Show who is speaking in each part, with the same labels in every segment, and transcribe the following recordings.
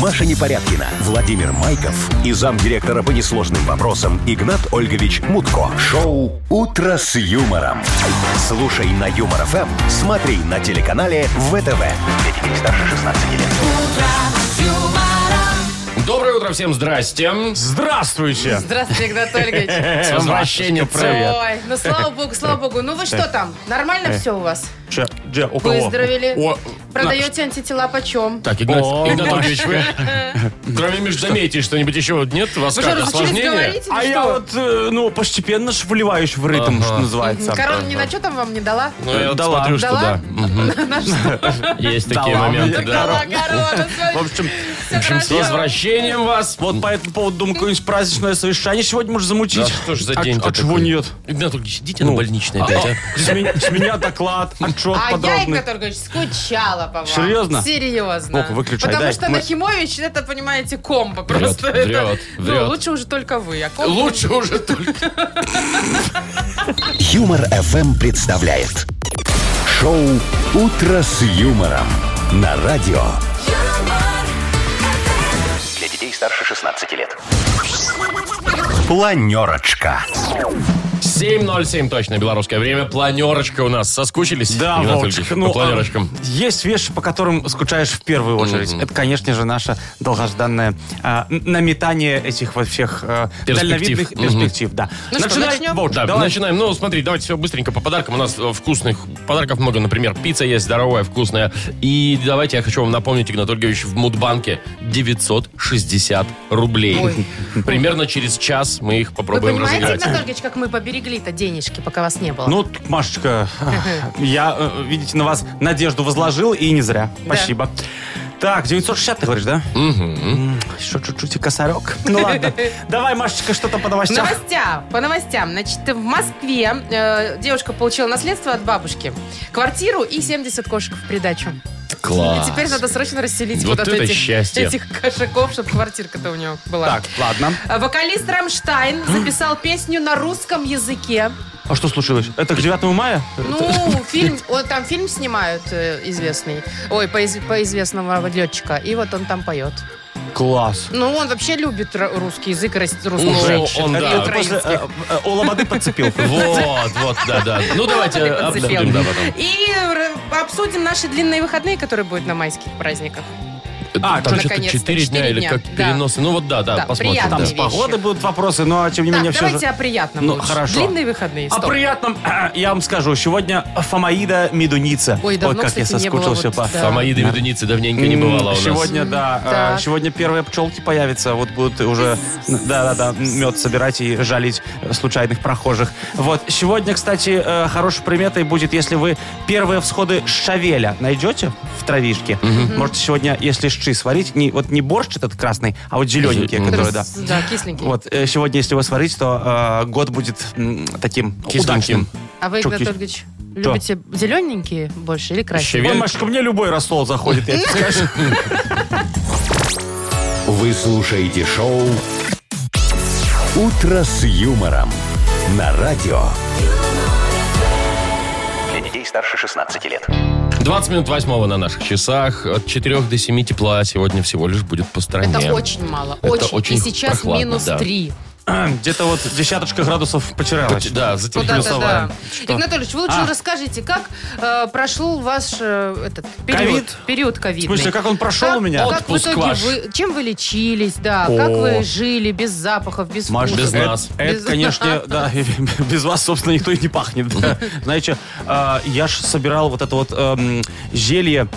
Speaker 1: Маша Непорядкина, Владимир Майков и замдиректора по несложным вопросам Игнат Ольгович Мутко. Шоу «Утро с юмором». Слушай на Юмор ФМ, смотри на телеканале ВТВ. Для детей старше 16 лет.
Speaker 2: Доброе утро всем, здрасте.
Speaker 3: Здравствуйте!
Speaker 4: Здравствуйте, Игнат Ольгович.
Speaker 2: С возвращением.
Speaker 3: Привет.
Speaker 4: Ой, ну слава богу, слава богу. Ну вы что там? Нормально все у вас?
Speaker 3: Че, где, у кого?
Speaker 4: Выздоровели?
Speaker 3: О, на-
Speaker 4: Продаете антитела почем?
Speaker 2: Так, Игнат,
Speaker 3: О,
Speaker 2: Игнат Ольгович, вы, кроме междометий, что-нибудь еще нет? У вас
Speaker 4: Вы же
Speaker 2: как,
Speaker 4: разучились
Speaker 2: осложнение?
Speaker 4: говорить
Speaker 3: А
Speaker 4: или
Speaker 3: я
Speaker 4: что?
Speaker 3: вот, э, ну, постепенно ж вливаюсь в ритм,
Speaker 2: Ага.
Speaker 3: что называется.
Speaker 4: Корона ни на что там вам не дала?
Speaker 2: Ну, я вот
Speaker 3: Дала.
Speaker 2: смотрю, что
Speaker 4: Дала? Ну,
Speaker 2: да. Мгм. Есть такие
Speaker 3: Дала мне
Speaker 2: моменты, да.
Speaker 4: Дала а корона.
Speaker 3: Ну, В общем,
Speaker 4: Всё
Speaker 2: С
Speaker 4: хорошо.
Speaker 2: возвращением вас.
Speaker 3: вот по этому поводу, думаю, какое-нибудь праздничное совещание сегодня может
Speaker 2: Да
Speaker 3: замутить.
Speaker 2: что ж за
Speaker 3: А
Speaker 2: день
Speaker 3: ч- А, чего нет? Ну,
Speaker 2: Игнат Ольгович, идите на больничный опять, а?
Speaker 3: С меня, с меня доклад, отчет
Speaker 4: А я,
Speaker 3: подробный.
Speaker 4: Игнат Ольгович, скучала по вам.
Speaker 3: Серьезно?
Speaker 4: Серьезно.
Speaker 3: Ну-ка, выключай,
Speaker 4: Потому
Speaker 3: дай.
Speaker 4: что
Speaker 3: Мы-
Speaker 4: Нахимович, это, понимаете, комбо просто.
Speaker 2: Врет,
Speaker 4: Это-
Speaker 2: врет,
Speaker 4: Ну,
Speaker 2: врет.
Speaker 4: лучше уже только вы. А комбо-
Speaker 2: Лучше уже только.
Speaker 1: Юмор ФМ представляет. Шоу «Утро с юмором» на радио. Для детей старше 16 лет. Планерочка.
Speaker 2: 7.07 точно белорусское время. Планерочка у нас. Соскучились?
Speaker 3: Да,
Speaker 2: Игнат
Speaker 3: Вовчик,
Speaker 2: Ольгович,
Speaker 3: ну,
Speaker 2: по планерочкам.
Speaker 3: а, есть вещи, по которым скучаешь в первую очередь. Это, конечно же, наше долгожданное а, н- наметание этих вот всех а,
Speaker 2: Перспектив.
Speaker 3: дальновидных
Speaker 2: Мгм.
Speaker 3: перспектив. Да.
Speaker 4: Ну что,
Speaker 3: Начинай,
Speaker 4: начнем?
Speaker 3: Вовчик,
Speaker 2: Да,
Speaker 3: давай.
Speaker 2: начинаем. Ну, смотри, давайте все быстренько по подаркам. У нас э, вкусных подарков много. Например, пицца есть здоровая, вкусная. И давайте я хочу вам напомнить, Игнат Ольгович, в Мудбанке 960 рублей. Примерно через час мы их
Speaker 4: Вы
Speaker 2: попробуем
Speaker 4: понимаете,
Speaker 2: разыграть.
Speaker 4: Игнат Ольгович, как мы поберегли-то денежки, пока вас не было?
Speaker 3: Ну, т- Машечка, я, э, видите, на вас надежду возложил, и не зря. Спасибо. Так, 960 ты говоришь, да? М, Еще чуть-чуть и косарек. Ну ладно. Давай, Машечка, что-то по
Speaker 4: По
Speaker 3: новостям.
Speaker 4: новостям, по новостям. Значит, в Москве э, девушка получила наследство от бабушки, квартиру и 70 кошек в придачу.
Speaker 2: Класс.
Speaker 4: И теперь надо срочно расселить
Speaker 2: Вот
Speaker 4: куда-то
Speaker 2: это
Speaker 4: этих,
Speaker 2: счастье.
Speaker 4: этих кошаков, чтобы квартирка-то у него была.
Speaker 3: Так, ладно.
Speaker 4: А Вокалист Рамштайн записал песню на русском языке.
Speaker 3: А что случилось? Это к 9 мая?
Speaker 4: Ну, фильм, вот там фильм снимают э, известный, ой, по, из- по известного летчика, и вот он там поет.
Speaker 3: Класс.
Speaker 4: Ну, он вообще любит р- русский язык, и рас- русскую
Speaker 2: Уже
Speaker 4: женщину.
Speaker 2: он,
Speaker 4: и
Speaker 2: да.
Speaker 3: Это после,
Speaker 4: украинских.
Speaker 3: э, э, О лободы подцепил.
Speaker 2: Вот, вот, да, да. Ну, давайте
Speaker 4: Ты подцепил.
Speaker 2: обсудим, да, потом.
Speaker 4: И р- обсудим наши длинные выходные, которые будут на майских праздниках.
Speaker 3: А,
Speaker 2: Там что-то
Speaker 4: наконец-то,
Speaker 2: 4 дня
Speaker 4: четыре
Speaker 2: или
Speaker 4: дня,
Speaker 2: как
Speaker 4: да.
Speaker 2: переносы. Ну, вот да, да,
Speaker 4: Да,
Speaker 2: посмотрим.
Speaker 4: приятно.
Speaker 2: да.
Speaker 3: Там с
Speaker 4: вещи.
Speaker 3: погодой будут вопросы, но тем не
Speaker 4: Так,
Speaker 3: менее все
Speaker 4: давайте
Speaker 3: же...
Speaker 4: о приятном
Speaker 3: Ну,
Speaker 4: лучше.
Speaker 3: хорошо. А
Speaker 4: Длинные выходные.
Speaker 3: О
Speaker 4: стоп.
Speaker 3: приятном я вам скажу. Сегодня Фомаида Медуница.
Speaker 4: Ой, давно,
Speaker 3: Ой, как я
Speaker 4: кстати, не было
Speaker 3: соскучился
Speaker 4: вот,
Speaker 3: по...
Speaker 4: да.
Speaker 2: Фомаиды Медуницы давненько не бывало у нас.
Speaker 3: Сегодня, да. э,
Speaker 4: так.
Speaker 3: Сегодня первые пчелки появятся. Вот будут уже, да-да-да, мед собирать и жалить э, случайных прохожих. Вот. Сегодня, кстати, э, хорошей приметой будет, если вы первые всходы шавеля найдете в травишке. Можете сегодня, если шчи сварить, не, вот не борщ этот красный, а вот зелененький,
Speaker 2: Мгм.
Speaker 3: который, да.
Speaker 4: Раз- Да, кисленький.
Speaker 3: Вот, э, сегодня, если его сварить, то э, год будет м, таким
Speaker 2: Кисленьким.
Speaker 3: удачным.
Speaker 4: А вы,
Speaker 3: Чё,
Speaker 4: Игнат
Speaker 3: кис-
Speaker 4: Ольгович, любите зелененькие больше или красненькие?
Speaker 2: Щавель.
Speaker 3: Ой, Машечка, мне любой рассол заходит, я тебе скажу.
Speaker 1: Вы слушаете шоу «Утро с юмором» на радио. Для детей старше 16 лет.
Speaker 2: 20 минут восьмого на наших часах. От 4 до 7 тепла сегодня всего лишь будет по стране.
Speaker 4: Это очень мало.
Speaker 2: Это
Speaker 4: очень.
Speaker 2: очень
Speaker 4: И сейчас
Speaker 2: прохладно,
Speaker 4: минус
Speaker 2: да.
Speaker 4: 3.
Speaker 3: Где-то вот десяточка градусов потерялась.
Speaker 2: Да, за
Speaker 4: Куда-то,
Speaker 3: Плюсовая.
Speaker 4: да. Игнат Анатольевич, вы лучше
Speaker 3: А.
Speaker 4: расскажите, как э, прошел ваш э, этот период,
Speaker 3: Ковид?
Speaker 4: период
Speaker 3: В
Speaker 4: ковидный?
Speaker 3: смысле, как он прошел у меня?
Speaker 4: Как в
Speaker 2: Отпуск
Speaker 4: итоге
Speaker 2: ваш.
Speaker 4: вы, чем вы лечились, да,
Speaker 3: О.
Speaker 4: как вы жили без запахов, без
Speaker 3: Маш,
Speaker 4: вкусов?
Speaker 2: без
Speaker 3: это-
Speaker 2: нас.
Speaker 3: Это,
Speaker 4: Без
Speaker 3: конечно, да, без вас, собственно, никто и не пахнет. да. Знаете, э, я ж собирал вот это вот эм, зелье,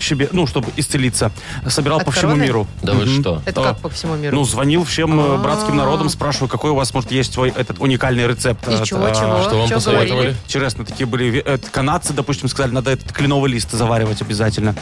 Speaker 3: щебе- ну, чтобы исцелиться, собирал
Speaker 4: От
Speaker 3: по всему
Speaker 4: короны?
Speaker 3: миру.
Speaker 2: Да вы
Speaker 3: Мгм.
Speaker 2: что?
Speaker 4: Это
Speaker 3: А.
Speaker 4: как по всему миру? А.
Speaker 3: Ну, звонил всем э, братским народам, спрашиваю, какой у вас, может, есть свой этот уникальный рецепт.
Speaker 4: И
Speaker 3: от,
Speaker 4: чего,
Speaker 3: э,
Speaker 4: чего?
Speaker 2: что вам
Speaker 4: Чего
Speaker 2: посоветовали?
Speaker 4: говорили?
Speaker 3: Интересно, такие были ве- э, канадцы, допустим, сказали, надо этот кленовый лист заваривать обязательно.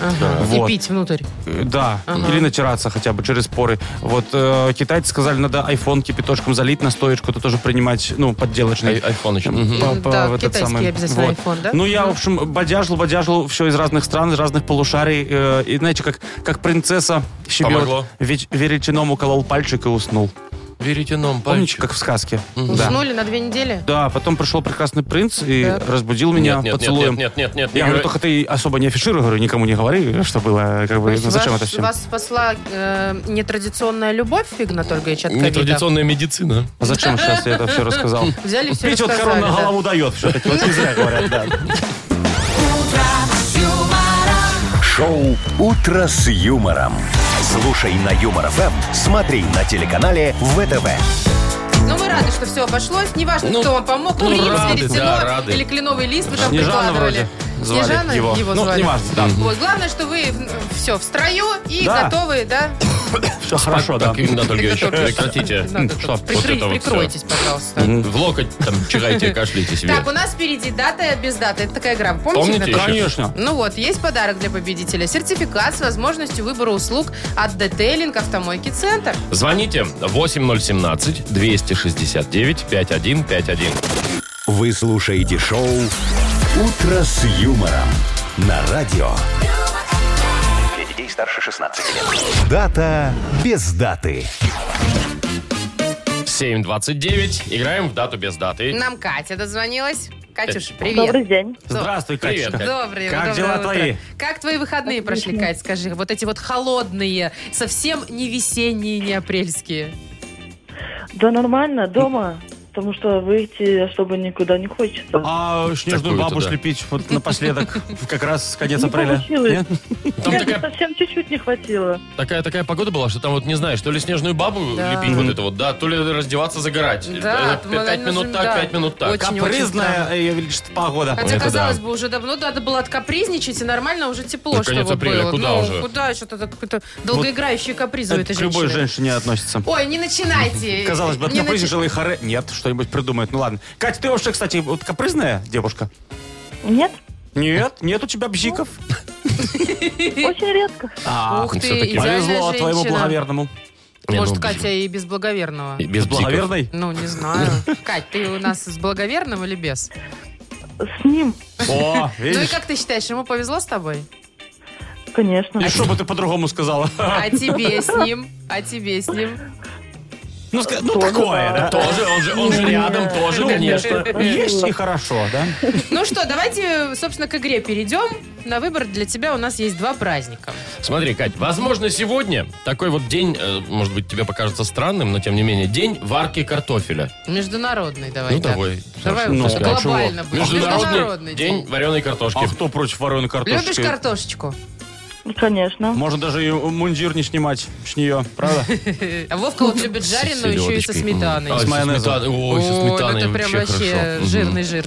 Speaker 3: Вот.
Speaker 4: И пить внутрь.
Speaker 3: Э, Да, или натираться хотя бы через поры. Вот э, китайцы сказали, надо айфон кипяточком залить, настоечку, это тоже принимать, ну, подделочный.
Speaker 2: Ай- айфоныч. Мгм.
Speaker 3: По- по-
Speaker 4: Да,
Speaker 3: в этот
Speaker 4: Ну, китайский
Speaker 3: самый.
Speaker 4: обязательно
Speaker 3: Вот.
Speaker 4: iPhone, да?
Speaker 3: Ну, я, в общем, бодяжил, бодяжил все из разных стран, из разных полушарий. э, и, знаете, как, как принцесса щебет.
Speaker 2: Помогло?
Speaker 3: Веч- Веретеном уколол пальчик и уснул.
Speaker 2: веретеном
Speaker 3: Помните,
Speaker 2: пальчик.
Speaker 3: как в сказке? Да.
Speaker 4: Уснули на две недели?
Speaker 3: Да, потом пришел прекрасный принц и
Speaker 4: Да.
Speaker 3: разбудил меня
Speaker 2: Нет, нет,
Speaker 3: поцелуем.
Speaker 2: нет, нет, нет, нет,
Speaker 3: Я
Speaker 2: не
Speaker 3: говорю,
Speaker 2: говори.
Speaker 3: только ты особо не афишируй, говорю, никому не говори, что было, как
Speaker 4: То
Speaker 3: бы,
Speaker 4: есть
Speaker 3: ну, зачем
Speaker 4: вас,
Speaker 3: это все?
Speaker 4: вас спасла э, нетрадиционная любовь, Игорь Анатольевич, от ковида?
Speaker 2: Нетрадиционная медицина.
Speaker 3: Зачем сейчас я это все рассказал?
Speaker 4: Взяли все
Speaker 3: Петь вот
Speaker 4: рассказали,
Speaker 3: корону на
Speaker 4: да.
Speaker 3: голову дает все-таки, вот не зря говорят, да.
Speaker 1: Шоу «Утро с юмором». Слушай на Юмор ФМ, смотри на телеканале ВТВ.
Speaker 4: Ну, мы рады, что все обошлось. Неважно,
Speaker 2: Ну,
Speaker 4: кто вам помог.
Speaker 2: ну,
Speaker 4: принц,
Speaker 2: рады,
Speaker 4: веретено
Speaker 2: да, рады.
Speaker 4: или кленовый лист вы там
Speaker 3: Снежана
Speaker 4: прикладывали.
Speaker 3: вроде звали
Speaker 4: Снежана
Speaker 3: его. Ну,
Speaker 4: звали.
Speaker 3: неважно, да.
Speaker 4: Вот, главное, что вы все в строю и
Speaker 3: Да.
Speaker 4: готовы, да?
Speaker 3: Все хорошо, да.
Speaker 2: Так, Игорь Анатольевич,
Speaker 4: Приготовьтесь.
Speaker 2: прекратите.
Speaker 3: Хм,
Speaker 4: Надо тут
Speaker 2: Что?
Speaker 4: прикры-
Speaker 2: Вот это вот всё.
Speaker 4: Прикройтесь, пожалуйста.
Speaker 2: В локоть там чихайте, кашляйте себе.
Speaker 4: Так, у нас впереди дата без даты. Это такая игра. Вы Помните?
Speaker 2: Помните?
Speaker 4: Игнатолий?
Speaker 3: Конечно.
Speaker 4: Ну вот, есть подарок для победителя. Сертификат с возможностью выбора услуг от детейлинг автомойки «Центр».
Speaker 2: Звоните 8017-269-5151.
Speaker 1: Вы слушаете шоу «Утро с юмором» на радио. Для детей старше 16 лет. Дата без даты.
Speaker 2: 729. Играем в дату без даты.
Speaker 4: Нам Катя дозвонилась. Катюш,
Speaker 5: Добрый
Speaker 4: привет.
Speaker 5: день.
Speaker 3: Здравствуй,
Speaker 2: Ну, Привет,
Speaker 3: Катечка.
Speaker 2: Катя.
Speaker 4: Добрый,
Speaker 3: Э, Как
Speaker 4: доброе
Speaker 3: дела
Speaker 4: утро.
Speaker 3: твои?
Speaker 4: Как твои выходные прошли, Кать, скажи? Вот эти вот холодные, совсем не весенние, не апрельские.
Speaker 5: Да нормально, дома. Потому что выйти особо никуда не хочется.
Speaker 3: А снежную
Speaker 2: Такую-то,
Speaker 3: бабу
Speaker 2: да.
Speaker 3: слепить вот напоследок, как раз конец
Speaker 5: Не
Speaker 3: апреля.
Speaker 5: получилось.
Speaker 3: Нет?
Speaker 2: Там
Speaker 5: Я
Speaker 2: такая,
Speaker 5: совсем чуть-чуть не хватило.
Speaker 2: такая, такая погода была, что там вот не знаешь, то ли снежную бабу
Speaker 4: Да.
Speaker 2: лепить вот это вот, да, то ли раздеваться, загорать.
Speaker 4: Да,
Speaker 2: Э,
Speaker 4: мы,
Speaker 2: пять
Speaker 4: наверное,
Speaker 2: минут так,
Speaker 4: да.
Speaker 2: пять минут так.
Speaker 4: Очень-
Speaker 3: Капризная ее величество погода.
Speaker 4: Хотя,
Speaker 2: Это
Speaker 4: казалось
Speaker 2: да.
Speaker 4: бы, уже давно надо было откапризничать, и нормально уже тепло,
Speaker 2: Ну, конец
Speaker 4: чтобы
Speaker 2: апреля,
Speaker 4: было.
Speaker 2: куда
Speaker 4: ну,
Speaker 2: уже?
Speaker 4: куда что-то так- какой-то долгоиграющий каприз у
Speaker 3: Это
Speaker 4: этой
Speaker 3: к
Speaker 4: женщины.
Speaker 3: любой женщине относится.
Speaker 4: Ой, не начинайте.
Speaker 3: Казалось бы,
Speaker 4: Э, Не начи-
Speaker 3: капризничала и харе. Нет, что-нибудь придумает. Ну ладно. Катя, ты вообще, кстати, вот капризная девушка?
Speaker 5: Нет,
Speaker 3: Нет, нет у тебя бзиков.
Speaker 4: Ну,
Speaker 5: очень редко.
Speaker 3: А,
Speaker 4: Ух ты,
Speaker 2: ну всё-таки.
Speaker 4: идеальная
Speaker 3: повезло твоему
Speaker 4: женщина.
Speaker 3: благоверному.
Speaker 2: Не, ну,
Speaker 4: а Может,
Speaker 2: без-
Speaker 4: Катя и без благоверного.
Speaker 2: Без
Speaker 3: Типа.
Speaker 2: бзиков.
Speaker 3: Благоверной?
Speaker 4: Ну, не знаю. Кать, ты у нас с благоверным или без?
Speaker 5: С ним,
Speaker 3: О,
Speaker 4: Ну и
Speaker 3: видишь?
Speaker 4: как ты считаешь, ему повезло с тобой?
Speaker 5: конечно.
Speaker 3: И что бы ты по-другому сказала?
Speaker 4: А тебе с ним? А тебе с ним?
Speaker 3: Ну, ска- ну
Speaker 5: Тоже,
Speaker 3: такое,
Speaker 5: да.
Speaker 3: да.
Speaker 2: Тоже, он же, он же рядом, тоже,
Speaker 3: Ну,
Speaker 2: конечно.
Speaker 3: Есть и хорошо, да?
Speaker 4: Ну что, давайте, собственно, к игре перейдем. На выбор для тебя у нас есть два праздника.
Speaker 2: Смотри, Кать, возможно, сегодня такой вот день, э, может быть, тебе покажется странным, но тем не менее, день варки картофеля.
Speaker 4: Международный давай.
Speaker 2: ну,
Speaker 4: да.
Speaker 2: давай.
Speaker 4: Давай
Speaker 2: Саша,
Speaker 3: ну,
Speaker 2: пускай.
Speaker 3: а чего?
Speaker 4: глобально. будет.
Speaker 2: Международный, день, вареной картошки.
Speaker 3: А кто против вареной картошки?
Speaker 4: Любишь картошечку?
Speaker 5: Конечно.
Speaker 3: Можно даже и мундир не снимать с нее, правда?
Speaker 4: А Вовка вот любит жареную еще и
Speaker 2: селёдочкой.
Speaker 4: со сметаной.
Speaker 2: А,
Speaker 3: С
Speaker 2: со
Speaker 3: майонезом.
Speaker 2: сметаной. Ой, со
Speaker 4: Ой, ну
Speaker 2: сметаной
Speaker 4: это прям
Speaker 2: вообще
Speaker 4: вообще
Speaker 2: хорошо.
Speaker 4: жирный
Speaker 2: Мгм.
Speaker 4: жир.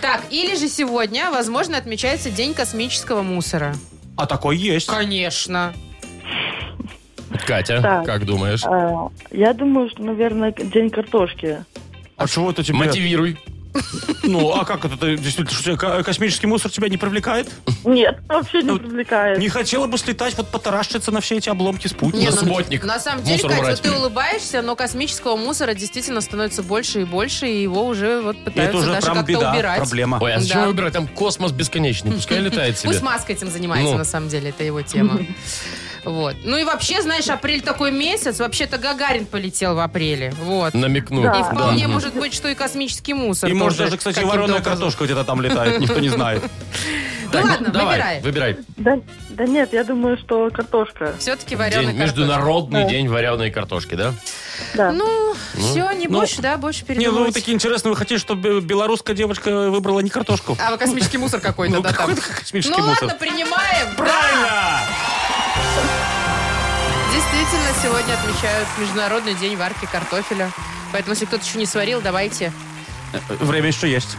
Speaker 4: Так, или же сегодня, возможно, отмечается День космического мусора.
Speaker 3: А такой есть.
Speaker 4: Конечно.
Speaker 2: Катя,
Speaker 5: Так.
Speaker 2: как думаешь?
Speaker 5: А, Я думаю, что, наверное, день картошки.
Speaker 3: А чего это тебе?
Speaker 2: Мотивируй.
Speaker 3: Ну, а как это? ты Действительно, что тебя- космический мусор тебя не привлекает?
Speaker 5: Нет, вообще
Speaker 3: Ну,
Speaker 5: не привлекает.
Speaker 3: Не хотела бы слетать, вот потаращиться на все эти обломки
Speaker 2: Не,
Speaker 3: спутника.
Speaker 2: На
Speaker 4: ну,
Speaker 2: субботник
Speaker 4: На самом деле,
Speaker 2: мусор
Speaker 4: Катя,
Speaker 2: брать.
Speaker 4: вот ты улыбаешься, но космического мусора действительно становится больше и больше, и его уже вот
Speaker 3: И
Speaker 4: пытаются
Speaker 3: это уже
Speaker 4: даже как-то
Speaker 3: прям беда,
Speaker 4: убирать.
Speaker 3: проблема.
Speaker 2: Ой, а
Speaker 4: Да.
Speaker 2: зачем его выбирать? Там космос бесконечный. Пускай летает себе.
Speaker 4: Пусть Маска этим занимается,
Speaker 2: Ну.
Speaker 4: на самом деле, это его тема. Вот. Ну и вообще, знаешь, апрель такой месяц. Вообще-то Гагарин полетел в апреле. Вот.
Speaker 2: Намекнул.
Speaker 5: Да.
Speaker 4: И
Speaker 2: Ну,
Speaker 4: вполне
Speaker 2: Мгм.
Speaker 4: может быть, что и космический мусор.
Speaker 3: И может
Speaker 4: тоже
Speaker 3: даже, кстати,
Speaker 4: каким-то
Speaker 3: вареная
Speaker 4: образом.
Speaker 3: картошка где-то там летает, никто не знает.
Speaker 4: Да
Speaker 2: Так, ну,
Speaker 4: ладно,
Speaker 2: давай,
Speaker 4: выбирай.
Speaker 2: Выбирай.
Speaker 5: Да, да нет, я думаю, что картошка.
Speaker 4: Все-таки
Speaker 2: День-
Speaker 4: вареная картошка.
Speaker 2: Международный
Speaker 5: Да.
Speaker 2: день вареной картошки, да?
Speaker 5: Да.
Speaker 4: Ну, все, не
Speaker 3: ну,
Speaker 4: больше, да, больше
Speaker 3: Не, ну вы
Speaker 4: передумывать.
Speaker 3: такие интересные, вы хотите, чтобы э, белорусская девочка выбрала не картошку?
Speaker 4: А вы космический мусор какой-то,
Speaker 3: Ну,
Speaker 4: да, там.
Speaker 3: какой-то космический
Speaker 4: Ну
Speaker 3: мусор.
Speaker 4: ладно, принимаем.
Speaker 3: Правильно!
Speaker 4: Действительно, сегодня отмечают Международный день варки картофеля. Поэтому, если кто-то еще не сварил, давайте.
Speaker 3: Время еще есть.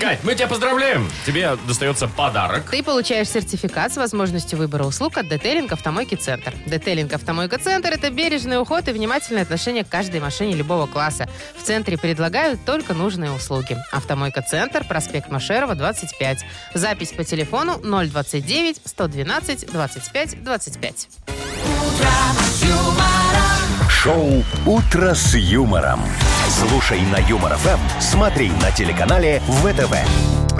Speaker 2: Кать, мы тебя поздравляем. Тебе достается подарок.
Speaker 4: Ты получаешь сертификат с возможностью выбора услуг от Детейлинг Автомойки Центр. Детейлинг Автомойка Центр – это бережный уход и внимательное отношение к каждой машине любого класса. В центре предлагают только нужные услуги. Автомойка Центр, проспект Машерова, 25. Запись по телефону 029 112 25 25.
Speaker 1: Шоу «Утро с юмором». Слушай на Юмор ФМ, смотри на телеканале ВТВ.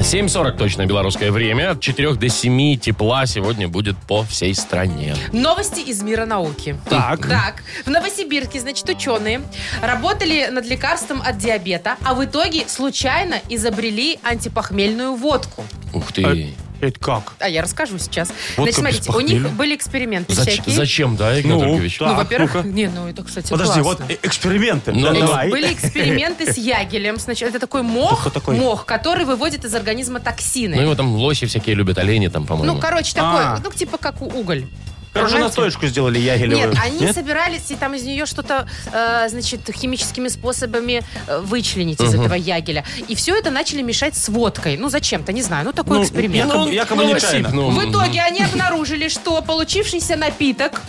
Speaker 2: 7.40 точно белорусское время. От 4 до 7 тепла сегодня будет по всей стране.
Speaker 4: Новости из мира науки.
Speaker 3: Так.
Speaker 4: Так, в Новосибирске, значит, ученые работали над лекарством от диабета, а в итоге случайно изобрели антипохмельную водку.
Speaker 2: Ух ты.
Speaker 3: Это как?
Speaker 4: А я расскажу сейчас.
Speaker 3: Водка
Speaker 4: значит, смотрите,
Speaker 3: без
Speaker 4: у них
Speaker 3: похмелья?
Speaker 4: были эксперименты
Speaker 2: Зач-
Speaker 4: всякие.
Speaker 2: зачем, да, Игнат
Speaker 3: Ну,
Speaker 2: Ольгович?
Speaker 3: да.
Speaker 4: Ну,
Speaker 3: Так,
Speaker 4: во-первых,
Speaker 3: ну-ка.
Speaker 4: не, ну это, кстати,
Speaker 3: Подожди,
Speaker 4: классно.
Speaker 3: вот э, эксперименты.
Speaker 2: Ну,
Speaker 3: Да,
Speaker 2: ну.
Speaker 4: Эти
Speaker 3: давай.
Speaker 4: Были эксперименты с ягелем. Значит, это такой мох,
Speaker 3: Кто такой?
Speaker 4: мох, который выводит из организма
Speaker 2: Ну,
Speaker 4: токсины.
Speaker 2: его там лоси всякие любят, олени там, по-моему.
Speaker 4: Ну, короче, такой,
Speaker 3: А.
Speaker 4: ну, типа как у- уголь.
Speaker 3: Короче,
Speaker 4: Понимаете?
Speaker 3: настоечку сделали ягелевую.
Speaker 4: Нет, они собирались и там из нее что-то, э, значит, химическими способами э, вычленить из этого ягеля. И все это начали мешать с водкой. Ну, зачем-то, не знаю. Ну, такой эксперимент.
Speaker 3: якобы- якобы
Speaker 2: ну,
Speaker 3: нечаянно.
Speaker 2: осип, ну,
Speaker 4: В итоге они обнаружили, что получившийся напиток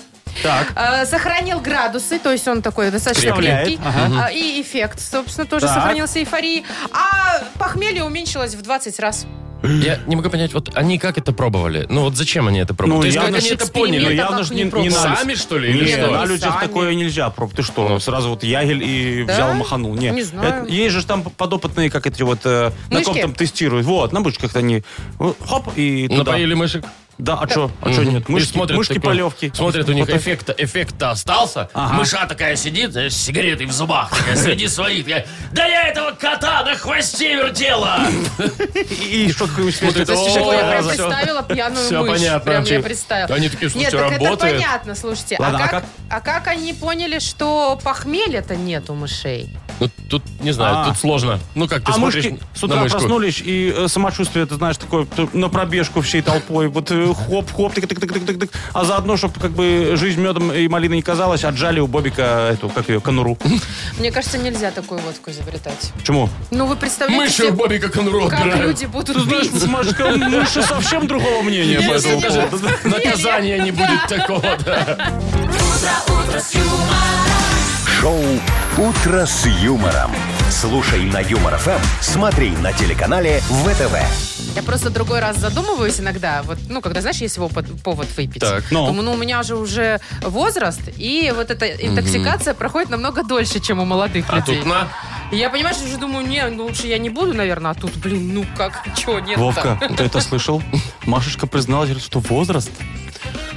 Speaker 3: Ну, Так.
Speaker 4: э, сохранил градусы, то есть он такой достаточно
Speaker 3: Крепляет,
Speaker 4: крепкий. А, И эффект, собственно, тоже
Speaker 3: Так.
Speaker 4: сохранился эйфории. А похмелье уменьшилось в 20 раз.
Speaker 2: Я не могу понять, вот они как это пробовали? Ну, вот зачем они это пробовали?
Speaker 3: Ну,
Speaker 2: То есть,
Speaker 3: явно
Speaker 2: как они
Speaker 4: же
Speaker 2: это
Speaker 4: эксперимент.
Speaker 2: поняли?
Speaker 4: Нет,
Speaker 3: Ну,
Speaker 4: так
Speaker 3: явно же
Speaker 4: не
Speaker 3: не, не
Speaker 4: пробовали.
Speaker 3: на
Speaker 2: Сами,
Speaker 3: людь-
Speaker 2: что ли, или
Speaker 3: Не,
Speaker 2: что? Ну,
Speaker 3: на
Speaker 4: Они
Speaker 3: людях
Speaker 4: сами.
Speaker 3: такое нельзя пробовать. Ты что, Ну, сразу вот ягель и
Speaker 4: Да?
Speaker 3: взял, маханул. Не,
Speaker 4: Не знаю.
Speaker 3: Это- есть же там подопытные, как эти вот, э, на
Speaker 4: Мышки?
Speaker 3: ком там тестируют. Вот, на мышках-то они, э, хоп, и туда.
Speaker 2: Напоили мышек?
Speaker 3: Да, а что? А что
Speaker 2: Мгм.
Speaker 3: нет?
Speaker 2: И
Speaker 3: Мышки,
Speaker 2: смотрят
Speaker 3: мышки
Speaker 2: такой-
Speaker 3: полевки.
Speaker 2: Смотрят, у них
Speaker 3: Вот
Speaker 2: эффект, эффект-то остался.
Speaker 3: Ага.
Speaker 2: Мыша такая сидит, знаешь, с сигаретой в зубах, такая, среди своих. такая, да я этого кота на хвосте вертела!
Speaker 3: так. И, и что какой-нибудь
Speaker 2: Смотрят,
Speaker 3: смешный-
Speaker 2: о,
Speaker 4: Ой, я прям
Speaker 2: всё.
Speaker 4: представила пьяную
Speaker 2: Всё
Speaker 4: мышь.
Speaker 2: понятно.
Speaker 4: Прям я
Speaker 2: Вообще.
Speaker 4: представила.
Speaker 2: Они такие, слушайте,
Speaker 4: нет, так
Speaker 2: работает.
Speaker 4: это понятно, слушайте.
Speaker 3: Ладно,
Speaker 4: а,
Speaker 3: а
Speaker 4: как,
Speaker 3: как-
Speaker 4: а как они поняли, что похмелья-то нет у мышей?
Speaker 2: Ну, тут, не знаю,
Speaker 3: А.
Speaker 2: тут сложно. Ну, как ты
Speaker 3: а
Speaker 2: смотришь
Speaker 3: мышки с
Speaker 2: на
Speaker 3: утра
Speaker 2: мышку?
Speaker 3: проснулись, и э, самочувствие, ты знаешь, такое т- на пробежку всей толпой. Вот э, хоп-хоп, тык-тык-тык-тык-тык. А заодно, чтобы как бы жизнь медом и малиной не казалась, отжали у Бобика эту, как ее, конуру.
Speaker 4: Мне кажется, нельзя такую водку изобретать.
Speaker 3: Почему?
Speaker 4: Ну, вы представляете,
Speaker 2: Мыши
Speaker 4: себе,
Speaker 2: у Бобика Конура
Speaker 4: как
Speaker 2: отбирают.
Speaker 4: люди будут
Speaker 3: Ты знаешь,
Speaker 4: пить.
Speaker 3: Машка, у мыши совсем другого мнения по
Speaker 2: Нет,
Speaker 3: этому
Speaker 2: даже
Speaker 3: поводу.
Speaker 2: Наказания не будет такого, да.
Speaker 1: Шоу «Утро с юмором». Слушай на Юмор ФМ, смотри на телеканале ВТВ.
Speaker 4: Я просто другой раз задумываюсь иногда, вот, ну, когда, знаешь, есть его под- повод выпить.
Speaker 2: Так,
Speaker 3: ну.
Speaker 4: Думаю, ну, у меня же уже возраст, и вот эта интоксикация проходит намного дольше, чем у молодых
Speaker 2: А
Speaker 4: людей.
Speaker 2: тут на...
Speaker 4: И Я, понимаешь, уже думаю, не, ну, лучше я не буду, наверное, а тут, блин, ну как, чего нет
Speaker 3: Вовка, ты это слышал? Машечка призналась, говорит, что возраст.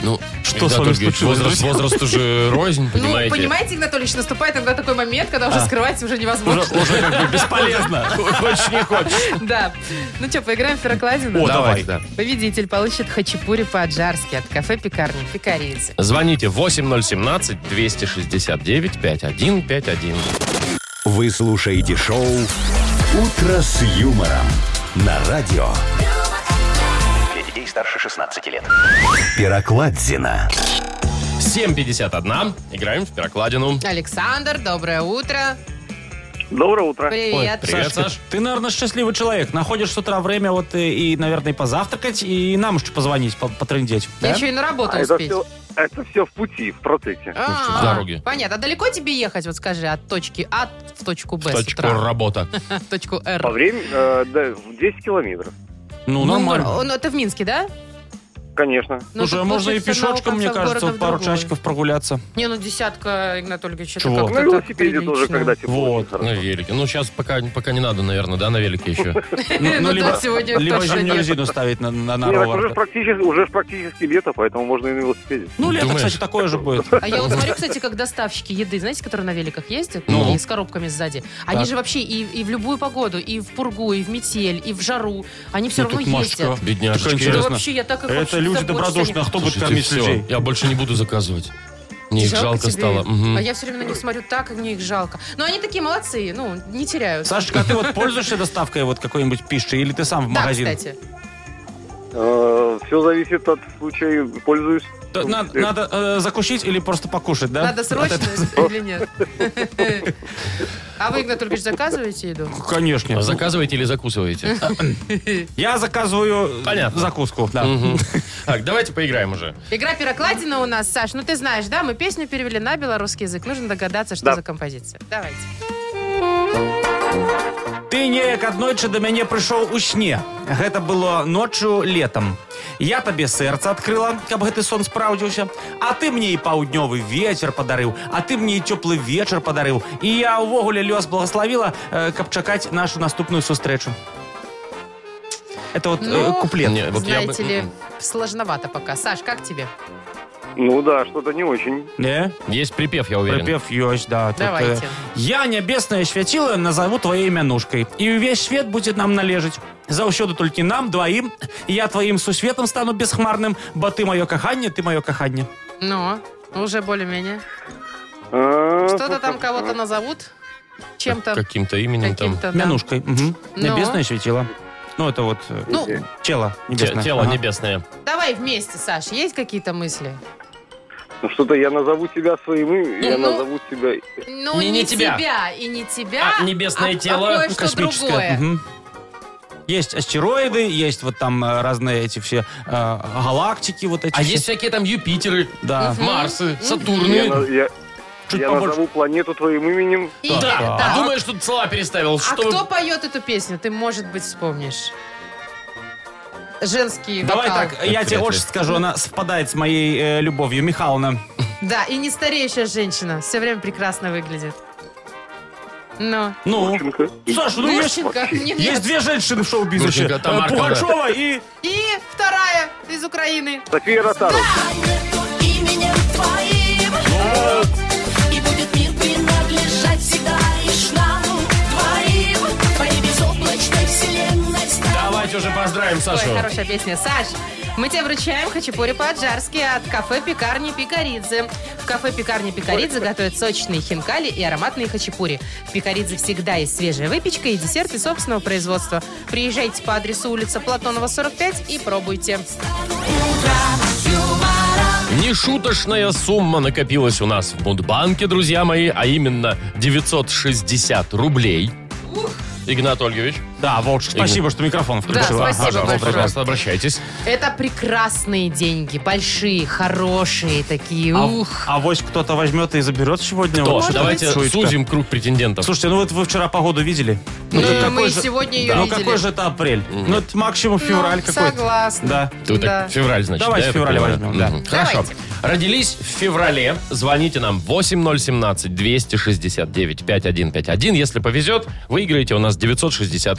Speaker 2: Ну,
Speaker 3: Что с вами случилось,
Speaker 2: Возраст,
Speaker 3: друзья?
Speaker 2: возраст уже рознь,
Speaker 4: Ну,
Speaker 2: понимаете? А.
Speaker 4: понимаете, Игнат Ильич, наступает иногда такой момент, когда уже скрывать уже невозможно.
Speaker 3: Уже как бы бесполезно.
Speaker 2: Хочешь, не хочешь.
Speaker 4: Да. Ну что, поиграем в Ферокладину?
Speaker 3: О, да.
Speaker 2: Давай,
Speaker 3: давай.
Speaker 2: да.
Speaker 4: Победитель получит хачапури по-аджарски от кафе-пекарни «Пекарицы».
Speaker 2: Звоните 8017-269-5151.
Speaker 1: Вы слушаете шоу «Утро с юмором» на радио. Для детей старше 16 лет. Пирокладзина.
Speaker 2: 751. Играем в перокладину.
Speaker 4: Александр, доброе утро.
Speaker 6: Доброе утро.
Speaker 4: Привет.
Speaker 2: привет. Саш.
Speaker 3: Ты, наверное, счастливый человек. Находишь с утра время вот э, и, и, наверное, и позавтракать, и нам еще позвонить, по- потрындеть.
Speaker 4: Да
Speaker 3: да?
Speaker 4: еще и на работу
Speaker 6: А это
Speaker 4: успеть.
Speaker 6: все, это все в пути, в процессе.
Speaker 4: А,
Speaker 2: в дороге.
Speaker 4: Понятно. А далеко тебе ехать, вот скажи, от точки А в точку Б с
Speaker 2: Точку
Speaker 4: утра?
Speaker 2: работа.
Speaker 4: В точку
Speaker 6: По
Speaker 4: Р.
Speaker 6: времени, э, да, в 10 километров.
Speaker 3: Ну, нормально.
Speaker 4: Ну, ну, это в Минске, да?
Speaker 6: Конечно.
Speaker 4: Ну,
Speaker 3: Уже
Speaker 4: тут
Speaker 3: можно и
Speaker 4: получится
Speaker 3: пешочком,
Speaker 4: одного
Speaker 3: мне
Speaker 4: конца
Speaker 3: кажется,
Speaker 4: города в
Speaker 3: пару
Speaker 4: другой.
Speaker 3: часиков прогуляться.
Speaker 4: Не, ну десятка, Игнат Ольгович, это
Speaker 3: Чего?
Speaker 4: как-то
Speaker 3: Ну,
Speaker 6: на
Speaker 4: так
Speaker 6: велосипеде
Speaker 4: прилично.
Speaker 6: тоже, когда тепло.
Speaker 3: Вот.
Speaker 6: хорошо.
Speaker 2: На велике. Ну, сейчас пока, пока не надо, наверное, да, на велике еще.
Speaker 4: Ну да, сегодня
Speaker 3: либо
Speaker 4: точно
Speaker 3: зимнюю
Speaker 4: нет.
Speaker 3: резину ставить на, на, на
Speaker 6: Не, так
Speaker 3: ровер.
Speaker 6: уже ж практически, уже ж практически лето, поэтому можно и на велосипеде.
Speaker 3: Ну, лето,
Speaker 2: Думаешь?
Speaker 3: кстати, такое же будет.
Speaker 4: А я вот смотрю, кстати, как доставщики еды, знаете, которые на великах ездят,
Speaker 2: Ну.
Speaker 4: и с коробками сзади. Они
Speaker 3: Так.
Speaker 4: же вообще и, и в любую погоду, и в пургу, и в метель, и в жару, они все
Speaker 3: Ну,
Speaker 4: равно
Speaker 3: тут Машечка.
Speaker 4: ездят.
Speaker 2: Бедняжечки.
Speaker 3: Такое
Speaker 4: Да
Speaker 3: интересно.
Speaker 4: вообще, я так их
Speaker 3: Это
Speaker 4: вообще
Speaker 3: люди
Speaker 4: забочусь о них.
Speaker 3: добродушные, а кто будет
Speaker 2: Слушайте,
Speaker 3: кормить
Speaker 2: всё,
Speaker 3: людей?
Speaker 2: Я больше не буду заказывать. Мне их жалко
Speaker 4: тебе
Speaker 2: стало.
Speaker 4: их?
Speaker 2: Мгм.
Speaker 4: А я все время на них смотрю так, и мне их жалко. Но они такие молодцы, ну, не теряют.
Speaker 3: Сашечка, а ты вот пользуешься доставкой вот какой-нибудь пищи, или ты сам в
Speaker 4: да,
Speaker 3: магазин?
Speaker 4: кстати.
Speaker 6: все Э, зависит от случая, пользуюсь.
Speaker 3: Да, на- Надо, э, закусить или просто покушать, да?
Speaker 4: Надо срочно или нет? А вы, Игнат Ольгович, заказываете еду?
Speaker 3: Конечно.
Speaker 2: А Заказываете или закусываете?
Speaker 3: Я заказываю
Speaker 2: Понятно.
Speaker 3: закуску, да.
Speaker 2: Мгм. Так, давайте поиграем уже.
Speaker 4: Игра «Пирокладина» у нас, Саш. Ну, ты знаешь, да? Мы песню перевели на белорусский язык. Нужно догадаться, что
Speaker 6: Да.
Speaker 4: за композиция. Давайте.
Speaker 3: Ты неяк аднойчы да мяне прыйшоў у сне. Гэта было ноччу летам. Я табе сэрца адкрыла, каб гэты сон спраўдзіўся. А ты мне і паўднёвы вецер падарыў, а ты мне і цёплы вечар падарыў. І я ўвогуле лёс благаславіла, э, каб чакаць нашу наступную сустрэчу. Это вот э,
Speaker 4: Ну,
Speaker 3: куплет.
Speaker 2: Не, вот я бы- м-м.
Speaker 4: Знаете ли, сложновато пока. Саш, как тебе?
Speaker 6: Ну да, что-то не очень.
Speaker 3: Не?
Speaker 2: Есть припев, я уверен.
Speaker 3: Припев есть, да. тут,
Speaker 4: Давайте.
Speaker 3: э, Я, небесное светило, назову твое имя Нушкой, и весь свет будет нам належить. За усюду только нам, двоим, и я твоим сусветом стану безхмарным, бо ты мое каханье, ты мое каханье.
Speaker 4: Ну, уже более-менее. Что-то
Speaker 6: Что-то
Speaker 4: там кого-то назовут. Чем-то,
Speaker 2: Каким-то именем там.
Speaker 4: каким-то. да.
Speaker 3: Мянушкой. мгм.
Speaker 4: Ну?
Speaker 3: Небесное светило. Ну, это вот э,
Speaker 4: Ну,
Speaker 3: тело
Speaker 2: Те-
Speaker 3: небесное.
Speaker 2: Тело
Speaker 3: Ага.
Speaker 2: небесное.
Speaker 4: давай вместе, Саш. Есть какие-то мысли?
Speaker 6: ну, Что-то я назову тебя своим именем, я
Speaker 4: Ну.
Speaker 6: назову тебя...
Speaker 4: Ну,
Speaker 2: Не- не тебя.
Speaker 4: И не тебя.
Speaker 2: А, небесное тело
Speaker 4: А кое-что
Speaker 3: Космическое.
Speaker 4: другое.
Speaker 3: Мгм. Есть астероиды, есть вот там э, разные эти все э, галактики вот эти.
Speaker 2: А
Speaker 3: все.
Speaker 2: есть всякие там Юпитеры, а,
Speaker 3: Да.
Speaker 2: Марсы,
Speaker 6: Я,
Speaker 2: Сатурны.
Speaker 6: на- я-
Speaker 3: Чуть
Speaker 6: я
Speaker 3: побольше.
Speaker 6: назову планету твоим именем.
Speaker 4: И-
Speaker 2: Да.
Speaker 4: да.
Speaker 2: А думаешь, тут слова переставил?
Speaker 4: А
Speaker 2: Что
Speaker 4: кто поет эту песню? Ты, может быть, вспомнишь. Женский
Speaker 3: Давай
Speaker 4: вокал.
Speaker 3: так, я тебе
Speaker 2: вряд
Speaker 3: очень
Speaker 2: ли.
Speaker 3: скажу, она совпадает с моей э, любовью. Михайловна.
Speaker 4: Да, и не стареющая женщина. Все время прекрасно выглядит. Ну.
Speaker 3: Ну,
Speaker 6: Дурченко.
Speaker 3: Саша, ну есть,
Speaker 4: Гурченко, мне нет.
Speaker 3: есть две женщины в шоу-бизнесе.
Speaker 2: Гурченко, там
Speaker 3: Э,
Speaker 2: Маркова.
Speaker 3: Пугачева и...
Speaker 4: И вторая из Украины.
Speaker 6: София Ротару.
Speaker 7: Нету именем твоим И будет мир принадлежать всегда лишь нам Твоим Твоей безоблачной вселенной стану
Speaker 2: Давайте уже поздравим
Speaker 4: Ой,
Speaker 2: Сашу.
Speaker 4: хорошая песня. Саш, мы тебе вручаем хачапури по-аджарски от кафе-пекарни Пикаридзе. В кафе-пекарни Пикаридзе готовят сочные хинкали и ароматные хачапури. В Пикаридзе всегда есть свежая выпечка и десерты собственного производства. Приезжайте по адресу улица Платонова, 45 и пробуйте.
Speaker 2: Нешуточная сумма накопилась у нас в Мудбанке, друзья мои, а именно 960 рублей. Игнат Ольгович,
Speaker 3: Да, Волчек, спасибо, что микрофон включила.
Speaker 4: спасибо
Speaker 3: Ага,
Speaker 2: пожалуйста,
Speaker 4: большое.
Speaker 2: пожалуйста, обращайтесь.
Speaker 4: Это прекрасные деньги. Большие, хорошие такие. Ух.
Speaker 3: А, а вось кто-то возьмет и заберет сегодня.
Speaker 2: То,
Speaker 3: вот что-то
Speaker 2: давайте
Speaker 3: чуечка.
Speaker 2: сузим круг претендентов.
Speaker 3: Слушайте, ну вот вы вчера погоду видели?
Speaker 4: Ну,
Speaker 3: так
Speaker 4: мы
Speaker 3: какой
Speaker 4: и
Speaker 3: же-
Speaker 4: сегодня ее
Speaker 3: Ну
Speaker 4: видели.
Speaker 3: какой же это апрель? Ну это максимум февраль
Speaker 4: Ну,
Speaker 3: какой-то.
Speaker 4: Согласна.
Speaker 3: Да.
Speaker 2: Тут так
Speaker 4: Да.
Speaker 2: февраль, значит.
Speaker 3: Давайте
Speaker 2: да, я
Speaker 3: февраль
Speaker 2: так понимаю?
Speaker 3: возьмем, да.
Speaker 2: Мгм. Хорошо.
Speaker 4: Давайте.
Speaker 2: Родились в феврале. Звоните нам 8017-269-5151. Если повезет, выиграете у нас 960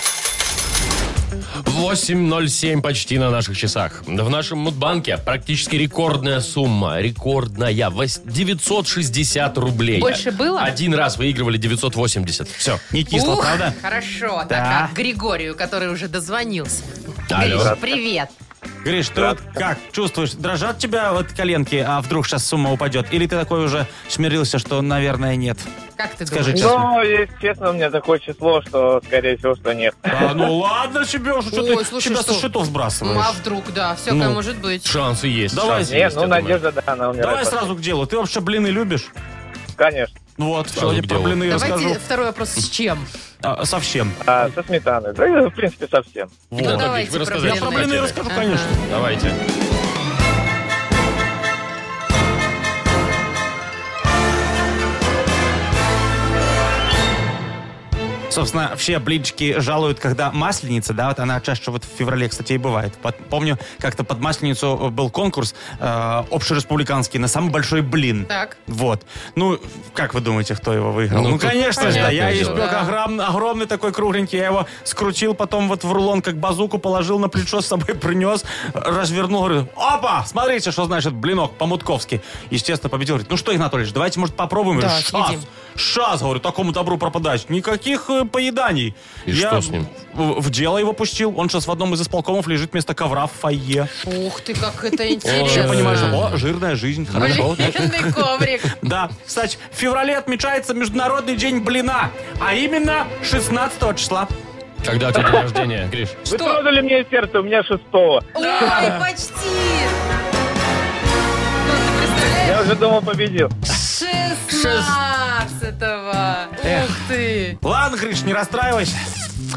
Speaker 2: 8.07 почти на наших часах. В нашем Мудбанке практически рекордная сумма. Рекордная. Вось- 960 рублей.
Speaker 4: Больше было?
Speaker 2: Один раз выигрывали 980. Все.
Speaker 3: Не кисло,
Speaker 4: Ух,
Speaker 3: правда?
Speaker 4: Хорошо.
Speaker 3: Да.
Speaker 4: Так, а к Григорию, который уже дозвонился.
Speaker 2: Алло.
Speaker 4: Гриш, привет.
Speaker 3: Гриш, ты вот как чувствуешь? Дрожат тебя вот коленки, а вдруг сейчас сумма упадет? Или ты такой уже смирился, что, наверное, нет?
Speaker 4: Как ты
Speaker 3: Скажи
Speaker 4: думаешь?
Speaker 3: честно.
Speaker 8: Ну, если честно, у меня такое число, что, скорее всего, что нет.
Speaker 3: Да, ну ладно тебе уже, что
Speaker 4: Ой,
Speaker 3: ты
Speaker 4: слушай,
Speaker 3: тебя
Speaker 4: что?
Speaker 3: со счетов
Speaker 4: Ну, а
Speaker 3: сбрасываешь.
Speaker 4: вдруг, да, все
Speaker 3: Ну.
Speaker 4: может быть.
Speaker 2: Шансы есть.
Speaker 3: Давай.
Speaker 2: шансы
Speaker 8: Не,
Speaker 2: есть,
Speaker 8: ну,
Speaker 2: я думаю.
Speaker 8: Надежда, да, она умирает.
Speaker 3: Давай сразу к делу. Ты вообще блины любишь?
Speaker 8: Конечно.
Speaker 3: Ну Вот,
Speaker 2: Сразу
Speaker 3: сегодня
Speaker 2: к
Speaker 3: про
Speaker 2: делу.
Speaker 3: блины
Speaker 4: Давайте
Speaker 3: расскажу.
Speaker 4: второй вопрос с чем?
Speaker 3: А, совсем.
Speaker 8: А, со сметаной. Да, и, в принципе, совсем.
Speaker 2: Вот.
Speaker 4: Ну,
Speaker 2: Ольга,
Speaker 4: давайте
Speaker 2: вы
Speaker 4: про
Speaker 2: рассказали.
Speaker 4: блины.
Speaker 3: Я про блины расскажу, конечно.
Speaker 2: Давайте.
Speaker 3: Собственно, вообще блинчики жалуют, когда масленица, да, вот она чаще вот в феврале, кстати, и бывает. Под- помню, как-то под масленицу был конкурс э, общереспубликанский на самый большой блин.
Speaker 4: Так.
Speaker 3: Вот. Ну, как вы думаете, кто его выиграл?
Speaker 2: Ну,
Speaker 3: Ну,
Speaker 2: тут
Speaker 3: конечно же, да.
Speaker 2: понятное
Speaker 3: Я
Speaker 2: дело.
Speaker 3: испек
Speaker 4: Да.
Speaker 3: огром- огромный такой кругленький. Я его скрутил потом вот в рулон, как базуку, положил на плечо, с собой принес, развернул. Говорю, опа, смотрите, что значит блинок по-мутковски. Естественно, победил. Говорит, ну что, Игнат Ольевич, давайте, может, попробуем? Я
Speaker 4: Да,
Speaker 3: говорю, «Шас,
Speaker 4: съедим».
Speaker 3: шас, говорю, такому добру пропадать. Никаких э, поеданий.
Speaker 2: И
Speaker 3: Я
Speaker 2: что с ним?
Speaker 3: В, в дело его пустил. Он сейчас в одном из исполкомов лежит вместо ковра в фойе.
Speaker 4: Ух ты, как это
Speaker 2: Вообще
Speaker 4: интересно.
Speaker 3: Ты понимаешь,
Speaker 2: Ага.
Speaker 3: о, жирная жизнь, хорошо.
Speaker 4: Блинный коврик.
Speaker 3: Да, кстати, в феврале отмечается Международный день блина, а именно 16 числа.
Speaker 2: Когда у тебя день рождения, Гриш?
Speaker 8: Вы тронули мне сердце, у меня шестого.
Speaker 4: Ой, почти. Ну, ты представляешь,
Speaker 8: Я уже думал, победил.
Speaker 4: 16 Ух ты.
Speaker 3: Ладно, Гриш, не расстраивайся.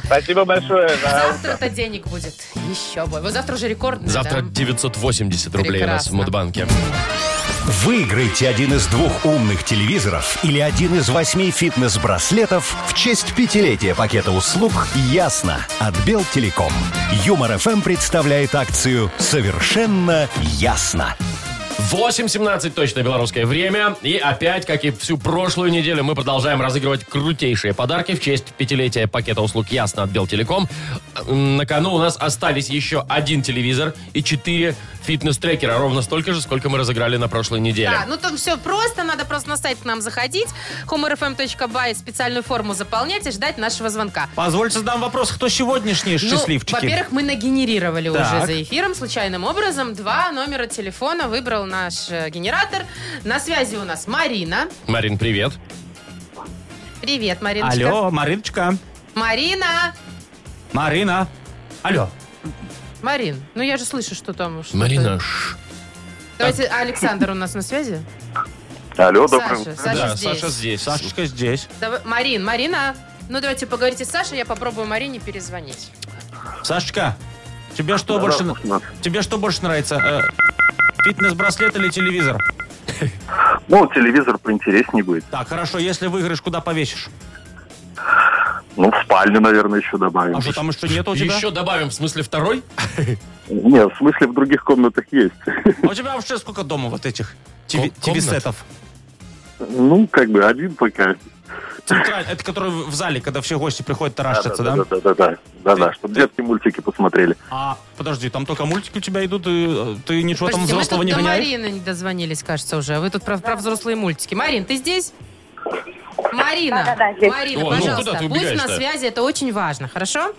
Speaker 8: Спасибо большое за...
Speaker 4: Завтра-то денег будет. Еще бой. Вот завтра уже рекордный,
Speaker 2: Завтра
Speaker 4: да?
Speaker 2: 980 рублей у нас в
Speaker 4: Прекрасно.
Speaker 2: Мудбанке.
Speaker 1: Выиграйте один из двух умных телевизоров или один из восьми фитнес-браслетов в честь пятилетия пакета услуг «Ясно» от Белтелеком. Юмор-ФМ представляет акцию «Совершенно ясно».
Speaker 2: 8.17 точно белорусское время. И опять, как и всю прошлую неделю, мы продолжаем разыгрывать крутейшие подарки в честь пятилетия пакета услуг «Ясно» от Белтелеком. На кону у нас остались еще один телевизор и четыре фитнес-трекера. Ровно столько же, сколько мы разыграли на прошлой неделе.
Speaker 4: Да, ну там все просто, надо просто на сайт к нам заходить, humorfm.by, специальную форму заполнять и ждать нашего звонка.
Speaker 3: Позвольте задам вопрос, кто сегодняшние
Speaker 4: Ну,
Speaker 3: счастливчики?
Speaker 4: во-первых, мы нагенерировали
Speaker 3: Так.
Speaker 4: уже за эфиром случайным образом два номера телефона выбрал наш э, генератор. На связи у нас Марина.
Speaker 2: Марин, привет.
Speaker 4: Привет, Мариночка.
Speaker 3: Алло, Мариночка.
Speaker 4: Марина!
Speaker 3: Марина. Алло.
Speaker 4: Марин, ну я же слышу, что там... что-то.
Speaker 2: Марина, ш-
Speaker 4: Давайте, Александр у нас на связи.
Speaker 6: Алло,
Speaker 4: Саша, Саша
Speaker 2: да,
Speaker 4: здесь.
Speaker 2: Саша здесь.
Speaker 3: Сашечка здесь.
Speaker 4: Давай- Марин, Марина, ну давайте поговорите с Сашей, я попробую Марине перезвонить.
Speaker 3: Сашечка, тебе что больше... на- Тебе что больше нравится? э, Фитнес-браслет или телевизор?
Speaker 6: Ну, телевизор поинтереснее будет.
Speaker 3: Так, хорошо, если выиграешь, куда повесишь?
Speaker 6: Ну, в спальню, наверное, еще добавим.
Speaker 3: А что, там еще нет у тебя?
Speaker 2: Еще добавим, в смысле второй?
Speaker 6: Не, в смысле, в других комнатах есть.
Speaker 3: А у тебя вообще сколько дома вот этих
Speaker 2: Ком- комнат?
Speaker 3: TV-сетов?
Speaker 6: Ну, как бы один пока.
Speaker 3: Это который в зале, когда все гости приходят таращатся, да?
Speaker 6: да, да, да, да, да, чтобы детки мультики посмотрели.
Speaker 3: А, подожди, там только мультики у тебя идут, и э, ты ничего там
Speaker 4: Подождите, мы
Speaker 3: взрослого
Speaker 4: тут
Speaker 3: не
Speaker 4: до
Speaker 3: гоняешь?
Speaker 4: Марины не дозвонились, кажется, уже. А Вы тут про, про взрослые мультики. Марин, ты здесь? Марина,
Speaker 9: Да-да-да, здесь.
Speaker 4: Марина,
Speaker 2: О, ну
Speaker 4: пожалуйста,
Speaker 2: куда ты
Speaker 4: будь на
Speaker 2: убегаешь-то?
Speaker 4: связи, это очень важно, хорошо?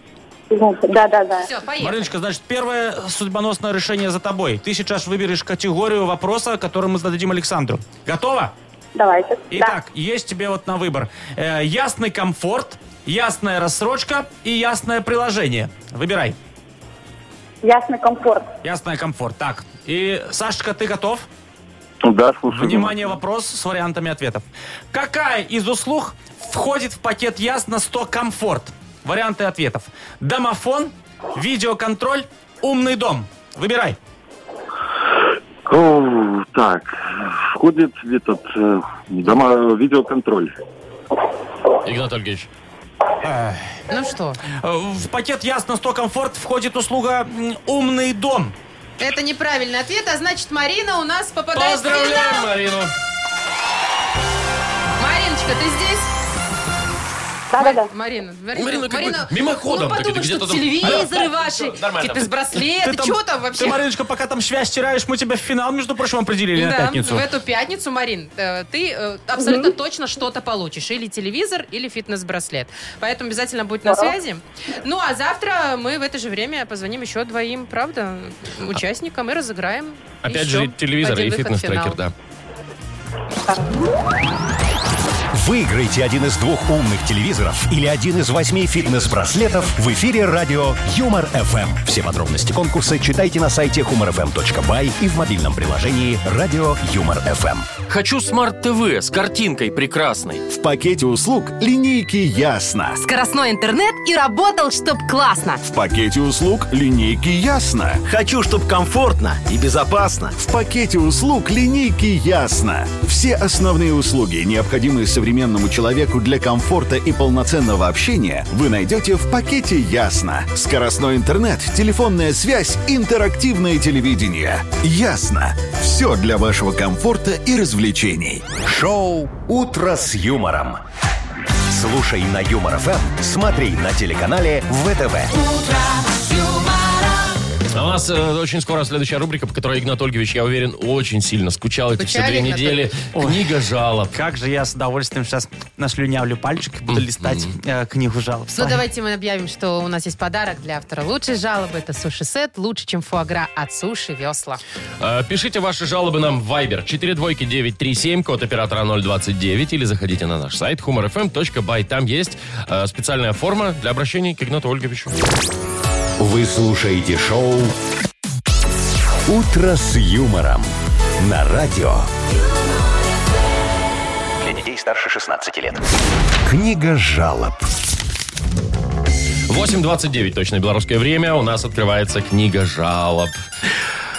Speaker 9: Да, да, да.
Speaker 4: Все, поехали.
Speaker 3: Мариночка, значит, первое судьбоносное решение за тобой. Ты сейчас выберешь категорию вопроса, который мы зададим Александру. Готова?
Speaker 9: Давайте. Да.
Speaker 3: Итак, есть тебе вот на выбор. Э, ясный комфорт, ясная рассрочка и ясное приложение. Выбирай.
Speaker 9: Ясный комфорт.
Speaker 3: Ясное комфорт. Так, и Сашечка, ты готов?
Speaker 6: Да, слушай. ну,
Speaker 3: Внимание, вопрос с вариантами ответов. Какая из услуг входит в пакет Ясно 100 комфорт? Варианты ответов. Домофон, видеоконтроль, умный дом. Выбирай.
Speaker 6: О, так, входит этот э, дома, видеоконтроль.
Speaker 2: Игнат Ольгович.
Speaker 4: Ну что,
Speaker 3: Э, В пакет Ясно 100 комфорт входит услуга м, умный дом.
Speaker 4: это неправильный ответ, а значит Марина у нас попадает в
Speaker 2: Поздравляем
Speaker 4: финал.
Speaker 2: Марину.
Speaker 4: Мариночка, ты здесь?
Speaker 9: Да, да, да.
Speaker 4: Марина,
Speaker 2: Марина,
Speaker 4: Марина,
Speaker 2: как бы мимоходом
Speaker 4: ну
Speaker 2: так это,
Speaker 4: подумаешь,
Speaker 2: где-то
Speaker 4: тут
Speaker 2: там-
Speaker 4: телевизоры
Speaker 2: Да,
Speaker 4: ваши,
Speaker 2: всё, нормально.
Speaker 4: фитнес-браслеты,
Speaker 3: там-
Speaker 4: что там вообще?
Speaker 3: Ты, Мариночка, пока там швязь стираешь, мы тебя в финал, между прочим, определили на
Speaker 4: Да,
Speaker 3: пятницу.
Speaker 4: в эту пятницу, Марин, э, ты э, абсолютно точно что-то получишь. Или телевизор, или фитнес-браслет. Поэтому обязательно будь на связи. Ну, а завтра мы в это же время позвоним еще двоим, правда, участникам и разыграем
Speaker 2: Опять
Speaker 4: еще
Speaker 2: же, телевизор
Speaker 4: один
Speaker 2: и
Speaker 4: выход в
Speaker 2: фитнес-трекер,
Speaker 4: финал.
Speaker 2: да.
Speaker 1: Выиграйте один из двух умных телевизоров или один из восьми фитнес-браслетов в эфире радио Юмор ФМ. Все подробности конкурса читайте на сайте humorfm.by и в мобильном приложении радио Юмор ФМ.
Speaker 10: Хочу смарт ТВ с картинкой прекрасной.
Speaker 1: В пакете услуг линейки Ясно.
Speaker 7: Скоростной интернет и работал, чтоб классно.
Speaker 1: В пакете услуг линейки Ясно.
Speaker 10: Хочу, чтобы комфортно и безопасно.
Speaker 1: В пакете услуг линейки Ясно. Все основные услуги, необходимые современному человеку для комфорта и полноценного общения, вы найдете в пакете Ясно. Скоростной интернет, телефонная связь, интерактивное телевидение. Ясно. Все для вашего комфорта и развлечений. Шоу «Утро с юмором». Слушай на Юмор ФМ, смотри на телеканале ВТВ.
Speaker 2: А у нас э, очень скоро следующая рубрика, по которой Игнат Ольгович, я уверен, очень сильно скучал эти все
Speaker 4: Скучали,
Speaker 2: две
Speaker 4: Игнат
Speaker 2: недели. Книга жалоб.
Speaker 3: Как же я с удовольствием сейчас нашлюнявлю пальчик и буду листать э, книгу жалоб.
Speaker 4: Ну, давайте мы объявим, что у нас есть подарок для автора лучшей жалобы. Это суши-сет «Лучше, чем фуагра» от суши «Весла».
Speaker 2: Э, Пишите ваши жалобы нам в Viber 42937, код оператора 029, или заходите на наш сайт humorfm.by. Там есть э, специальная форма для обращения к Игнату Ольговичу.
Speaker 1: Вы слушаете шоу «Утро с юмором» на радио.
Speaker 11: Для детей старше 16 лет.
Speaker 1: Книга жалоб.
Speaker 2: 8.29, точно белорусское время, у нас открывается книга жалоб.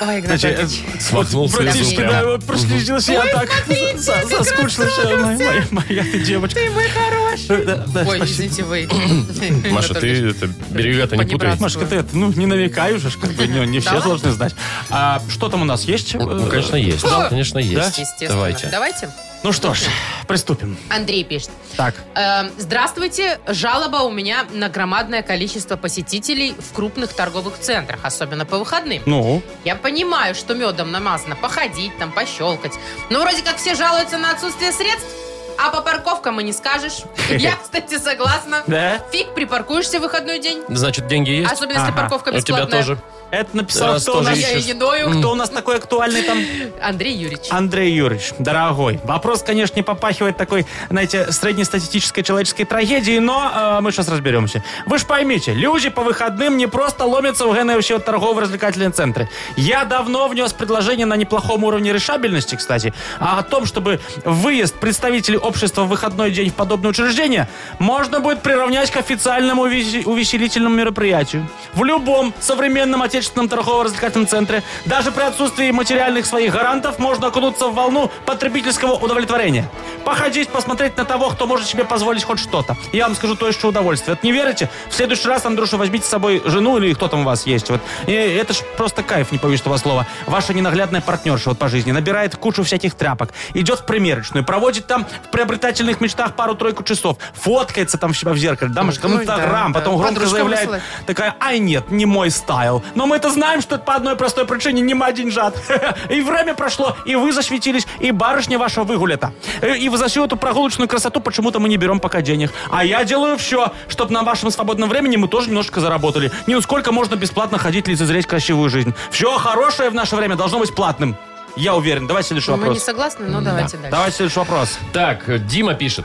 Speaker 4: Ой, Игнат
Speaker 3: Значит,
Speaker 4: Ольгович.
Speaker 3: э,
Speaker 2: Смахнулся
Speaker 3: практически,
Speaker 2: языком.
Speaker 3: да, вот прослезился я так
Speaker 4: смотрите,
Speaker 3: за-
Speaker 4: какой
Speaker 3: заскучился. Моя, моя, моя ты
Speaker 2: э,
Speaker 3: девочка.
Speaker 4: Ты мой хороший.
Speaker 3: Да, да,
Speaker 4: Ой,
Speaker 3: спасибо.
Speaker 4: извините, вы.
Speaker 2: Маша,
Speaker 4: Игнат
Speaker 2: ты
Speaker 4: Ольгович.
Speaker 2: это, берега-то не путай.
Speaker 4: Понебратство.
Speaker 3: Машка, ты это, ну, не навекаешь, уж, как бы, не, не все
Speaker 4: Давай.
Speaker 3: должны знать. А что там у нас есть?
Speaker 2: Ну, конечно, есть.
Speaker 4: Да?
Speaker 2: Конечно, есть.
Speaker 4: Естественно.
Speaker 2: Давайте.
Speaker 4: Давайте.
Speaker 3: Ну что ж, приступим.
Speaker 4: Андрей пишет.
Speaker 3: Так,
Speaker 4: Эм, Здравствуйте. Жалоба у меня на громадное количество посетителей в крупных торговых центрах, особенно по выходным.
Speaker 3: ну,
Speaker 4: Я понимаю, что медом намазано походить, там, пощелкать. Но вроде как все жалуются на отсутствие средств, а по парковкам и не скажешь. Я, кстати, согласна.
Speaker 3: да?
Speaker 4: Фиг припаркуешься в выходной день.
Speaker 2: Значит, деньги есть?
Speaker 4: Особенно, если
Speaker 3: Ага.
Speaker 4: парковка
Speaker 2: У тебя
Speaker 4: бесплатная.
Speaker 2: тоже.
Speaker 3: Это написал
Speaker 2: Раз
Speaker 3: кто у
Speaker 2: тоже
Speaker 3: нас?
Speaker 4: Я и не ною.
Speaker 3: Кто у нас такой актуальный там?
Speaker 4: Андрей Юрьевич.
Speaker 3: Андрей Юрьевич, дорогой, вопрос, конечно, не попахивает такой, знаете, среднестатистической человеческой трагедии, но э, мы сейчас разберемся. Вы же поймите, люди по выходным не просто ломятся в генеющие торгово-развлекательные центры. Я давно внес предложение на неплохом уровне решабельности, кстати, а о том, чтобы выезд представителей общества в выходной день в подобное учреждение можно будет приравнять к официальному увесе- увеселительному мероприятию. В любом современном отечественном торгово-развлекательном центре, даже при отсутствии материальных своих гарантов, можно окунуться в волну потребительского удовлетворения. Походить, посмотреть на того, кто может себе позволить хоть что-то. Я вам скажу то еще удовольствие. Вот не верите? В следующий раз, Андрюша, возьмите с собой жену или кто там у вас есть. Вот. И это ж просто кайф, не боюсь этого слова. Ваша ненаглядная партнерша вот по жизни набирает кучу всяких тряпок, идет в примерочную, проводит там в приобретательных мечтах пару-тройку часов, фоткается там в себя в зеркале, да, Машка,
Speaker 4: Ой,
Speaker 3: в Инстаграм,
Speaker 4: да, да.
Speaker 3: потом громко
Speaker 4: Подружкам
Speaker 3: заявляет,
Speaker 4: высылать.
Speaker 3: такая, ай нет, не мой стайл. Но мы это знаем, что это по одной простой причине не мой деньжат. И время прошло, и вы засветились, и барышня ваша выгулята. Э, И за всю эту прогулочную красоту почему-то мы не берем пока денег. А я делаю все, чтобы на вашем свободном времени мы тоже немножко заработали. Не ну сколько можно бесплатно ходить, лицезреть красивую жизнь. Все хорошее в наше время должно быть платным. Я уверен. Давай следующий
Speaker 4: Ну, Мы не
Speaker 3: вопрос.
Speaker 4: согласны, но
Speaker 3: Да.
Speaker 4: давайте дальше.
Speaker 3: Давай следующий вопрос.
Speaker 2: Так, Дима пишет.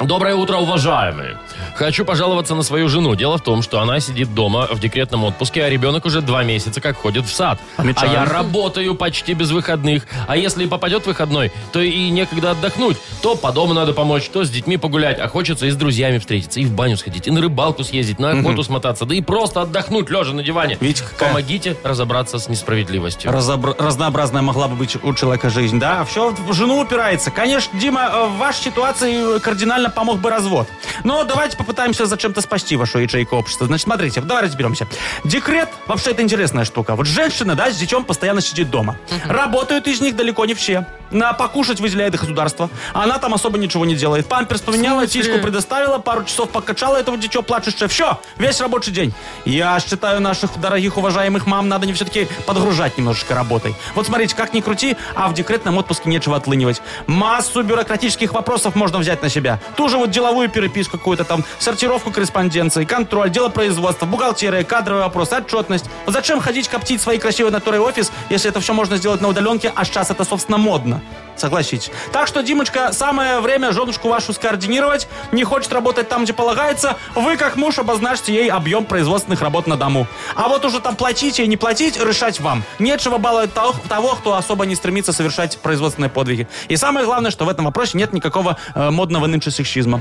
Speaker 2: Доброе утро, уважаемые. Хочу пожаловаться на свою жену. Дело в том, что она сидит дома в декретном отпуске, а ребенок уже два месяца как ходит в сад.
Speaker 3: Замечаю.
Speaker 2: А я работаю почти без выходных. А если и попадет выходной, то и некогда отдохнуть. То по дому надо помочь, то с детьми погулять. А хочется и с друзьями встретиться, и в баню сходить, и на рыбалку съездить, на охоту смотаться, да и просто отдохнуть, лежа на диване.
Speaker 3: Видите, какая-
Speaker 2: Помогите разобраться с несправедливостью.
Speaker 3: Разобр- разнообразная могла бы быть у человека жизнь, да? А все в жену упирается. Конечно, Дима, э, в вашей ситуации э, кардинально помог бы развод. Но давайте попытаемся зачем-то спасти вашу ячейку общества. Значит, смотрите, давай разберемся. Декрет, вообще, это интересная штука. Вот женщина, да, с детем постоянно сидит дома. Работают из них далеко не все. На покушать выделяет их государство. Она там особо ничего не делает. Памперс поменяла, тишку предоставила, пару часов покачала этого дитё плачущее. Все, весь рабочий день. Я считаю, наших дорогих, уважаемых мам надо не все-таки подгружать немножечко работой. Вот смотрите, как ни крути, а в декретном отпуске нечего отлынивать. Массу бюрократических вопросов можно взять на себя. Ту же вот деловую переписку какую-то там, сортировку корреспонденции, контроль, дело производства, бухгалтерия, кадровый вопрос, отчетность. Вот зачем ходить коптить свои красивые натуры и офис, если это все можно сделать на удаленке, а сейчас это, собственно, модно. Согласитесь. Так что, Димочка, самое время женушку вашу скоординировать. Не хочет работать там, где полагается. Вы, как муж, обозначьте ей объем производственных работ на дому. А вот уже там платить и не платить, решать вам. Нечего баловать того, того, кто особо не стремится совершать производственные подвиги. И самое главное, что в этом вопросе нет никакого э, модного нынче сексизма.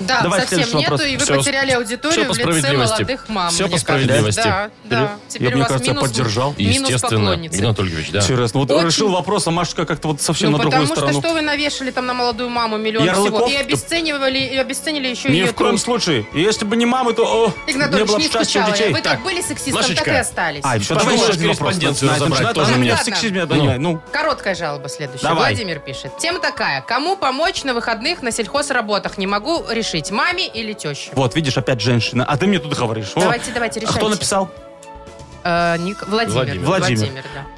Speaker 4: Да,
Speaker 3: Давай
Speaker 4: совсем
Speaker 3: следующий
Speaker 4: нету,
Speaker 3: вопрос.
Speaker 4: и вы
Speaker 2: Всё,
Speaker 4: потеряли
Speaker 2: всё
Speaker 4: аудиторию
Speaker 2: по
Speaker 4: в лице
Speaker 2: справедливости.
Speaker 4: молодых мам.
Speaker 2: Всё
Speaker 4: мне
Speaker 2: по справедливости.
Speaker 4: кажется. Да, да. Теперь
Speaker 3: Я,
Speaker 4: у
Speaker 3: мне
Speaker 4: вас
Speaker 3: кажется,
Speaker 4: минус,
Speaker 3: поддержал.
Speaker 4: Минус
Speaker 2: Естественно,
Speaker 4: поклонницы.
Speaker 2: Игнат Ольгович, да.
Speaker 3: Серьезно, вот
Speaker 4: Очень.
Speaker 3: решил вопрос, а Машечка как-то вот совсем
Speaker 4: ну,
Speaker 3: на
Speaker 4: потому
Speaker 3: другую
Speaker 4: что
Speaker 3: сторону.
Speaker 4: что вы навешали там на молодую маму миллион
Speaker 3: Ярлыков?
Speaker 4: всего? И обесценивали, и обесценили еще
Speaker 3: Ни
Speaker 4: ее
Speaker 3: в коем
Speaker 4: труд.
Speaker 3: случае. Если бы не мамы, то о,
Speaker 4: Игнат
Speaker 3: не было
Speaker 4: Ольгович,
Speaker 3: бы
Speaker 4: не
Speaker 3: счастья у
Speaker 4: скучала
Speaker 3: детей.
Speaker 4: я. Вы
Speaker 2: Так,
Speaker 4: как были сексистом,
Speaker 2: Машечка.
Speaker 4: так и остались.
Speaker 3: А, еще
Speaker 2: Давай
Speaker 3: давай
Speaker 2: еще корреспонденцию разобрать, тоже
Speaker 3: Тоже
Speaker 2: мне.
Speaker 3: меня
Speaker 4: Ладно.
Speaker 3: сексизме обвиняй. Ну,
Speaker 4: Короткая жалоба следующая.
Speaker 3: Давай.
Speaker 4: Владимир пишет. Тема такая. Кому помочь на выходных на сельхозработах? Не могу решить. Маме или теще?
Speaker 3: вот, видишь, опять женщина. А ты мне тут говоришь. О,
Speaker 4: Давайте, давайте,
Speaker 3: а
Speaker 4: решайте.
Speaker 3: Кто написал?
Speaker 4: Э, Ник- Владимир.
Speaker 2: Владимир.
Speaker 3: Владимир.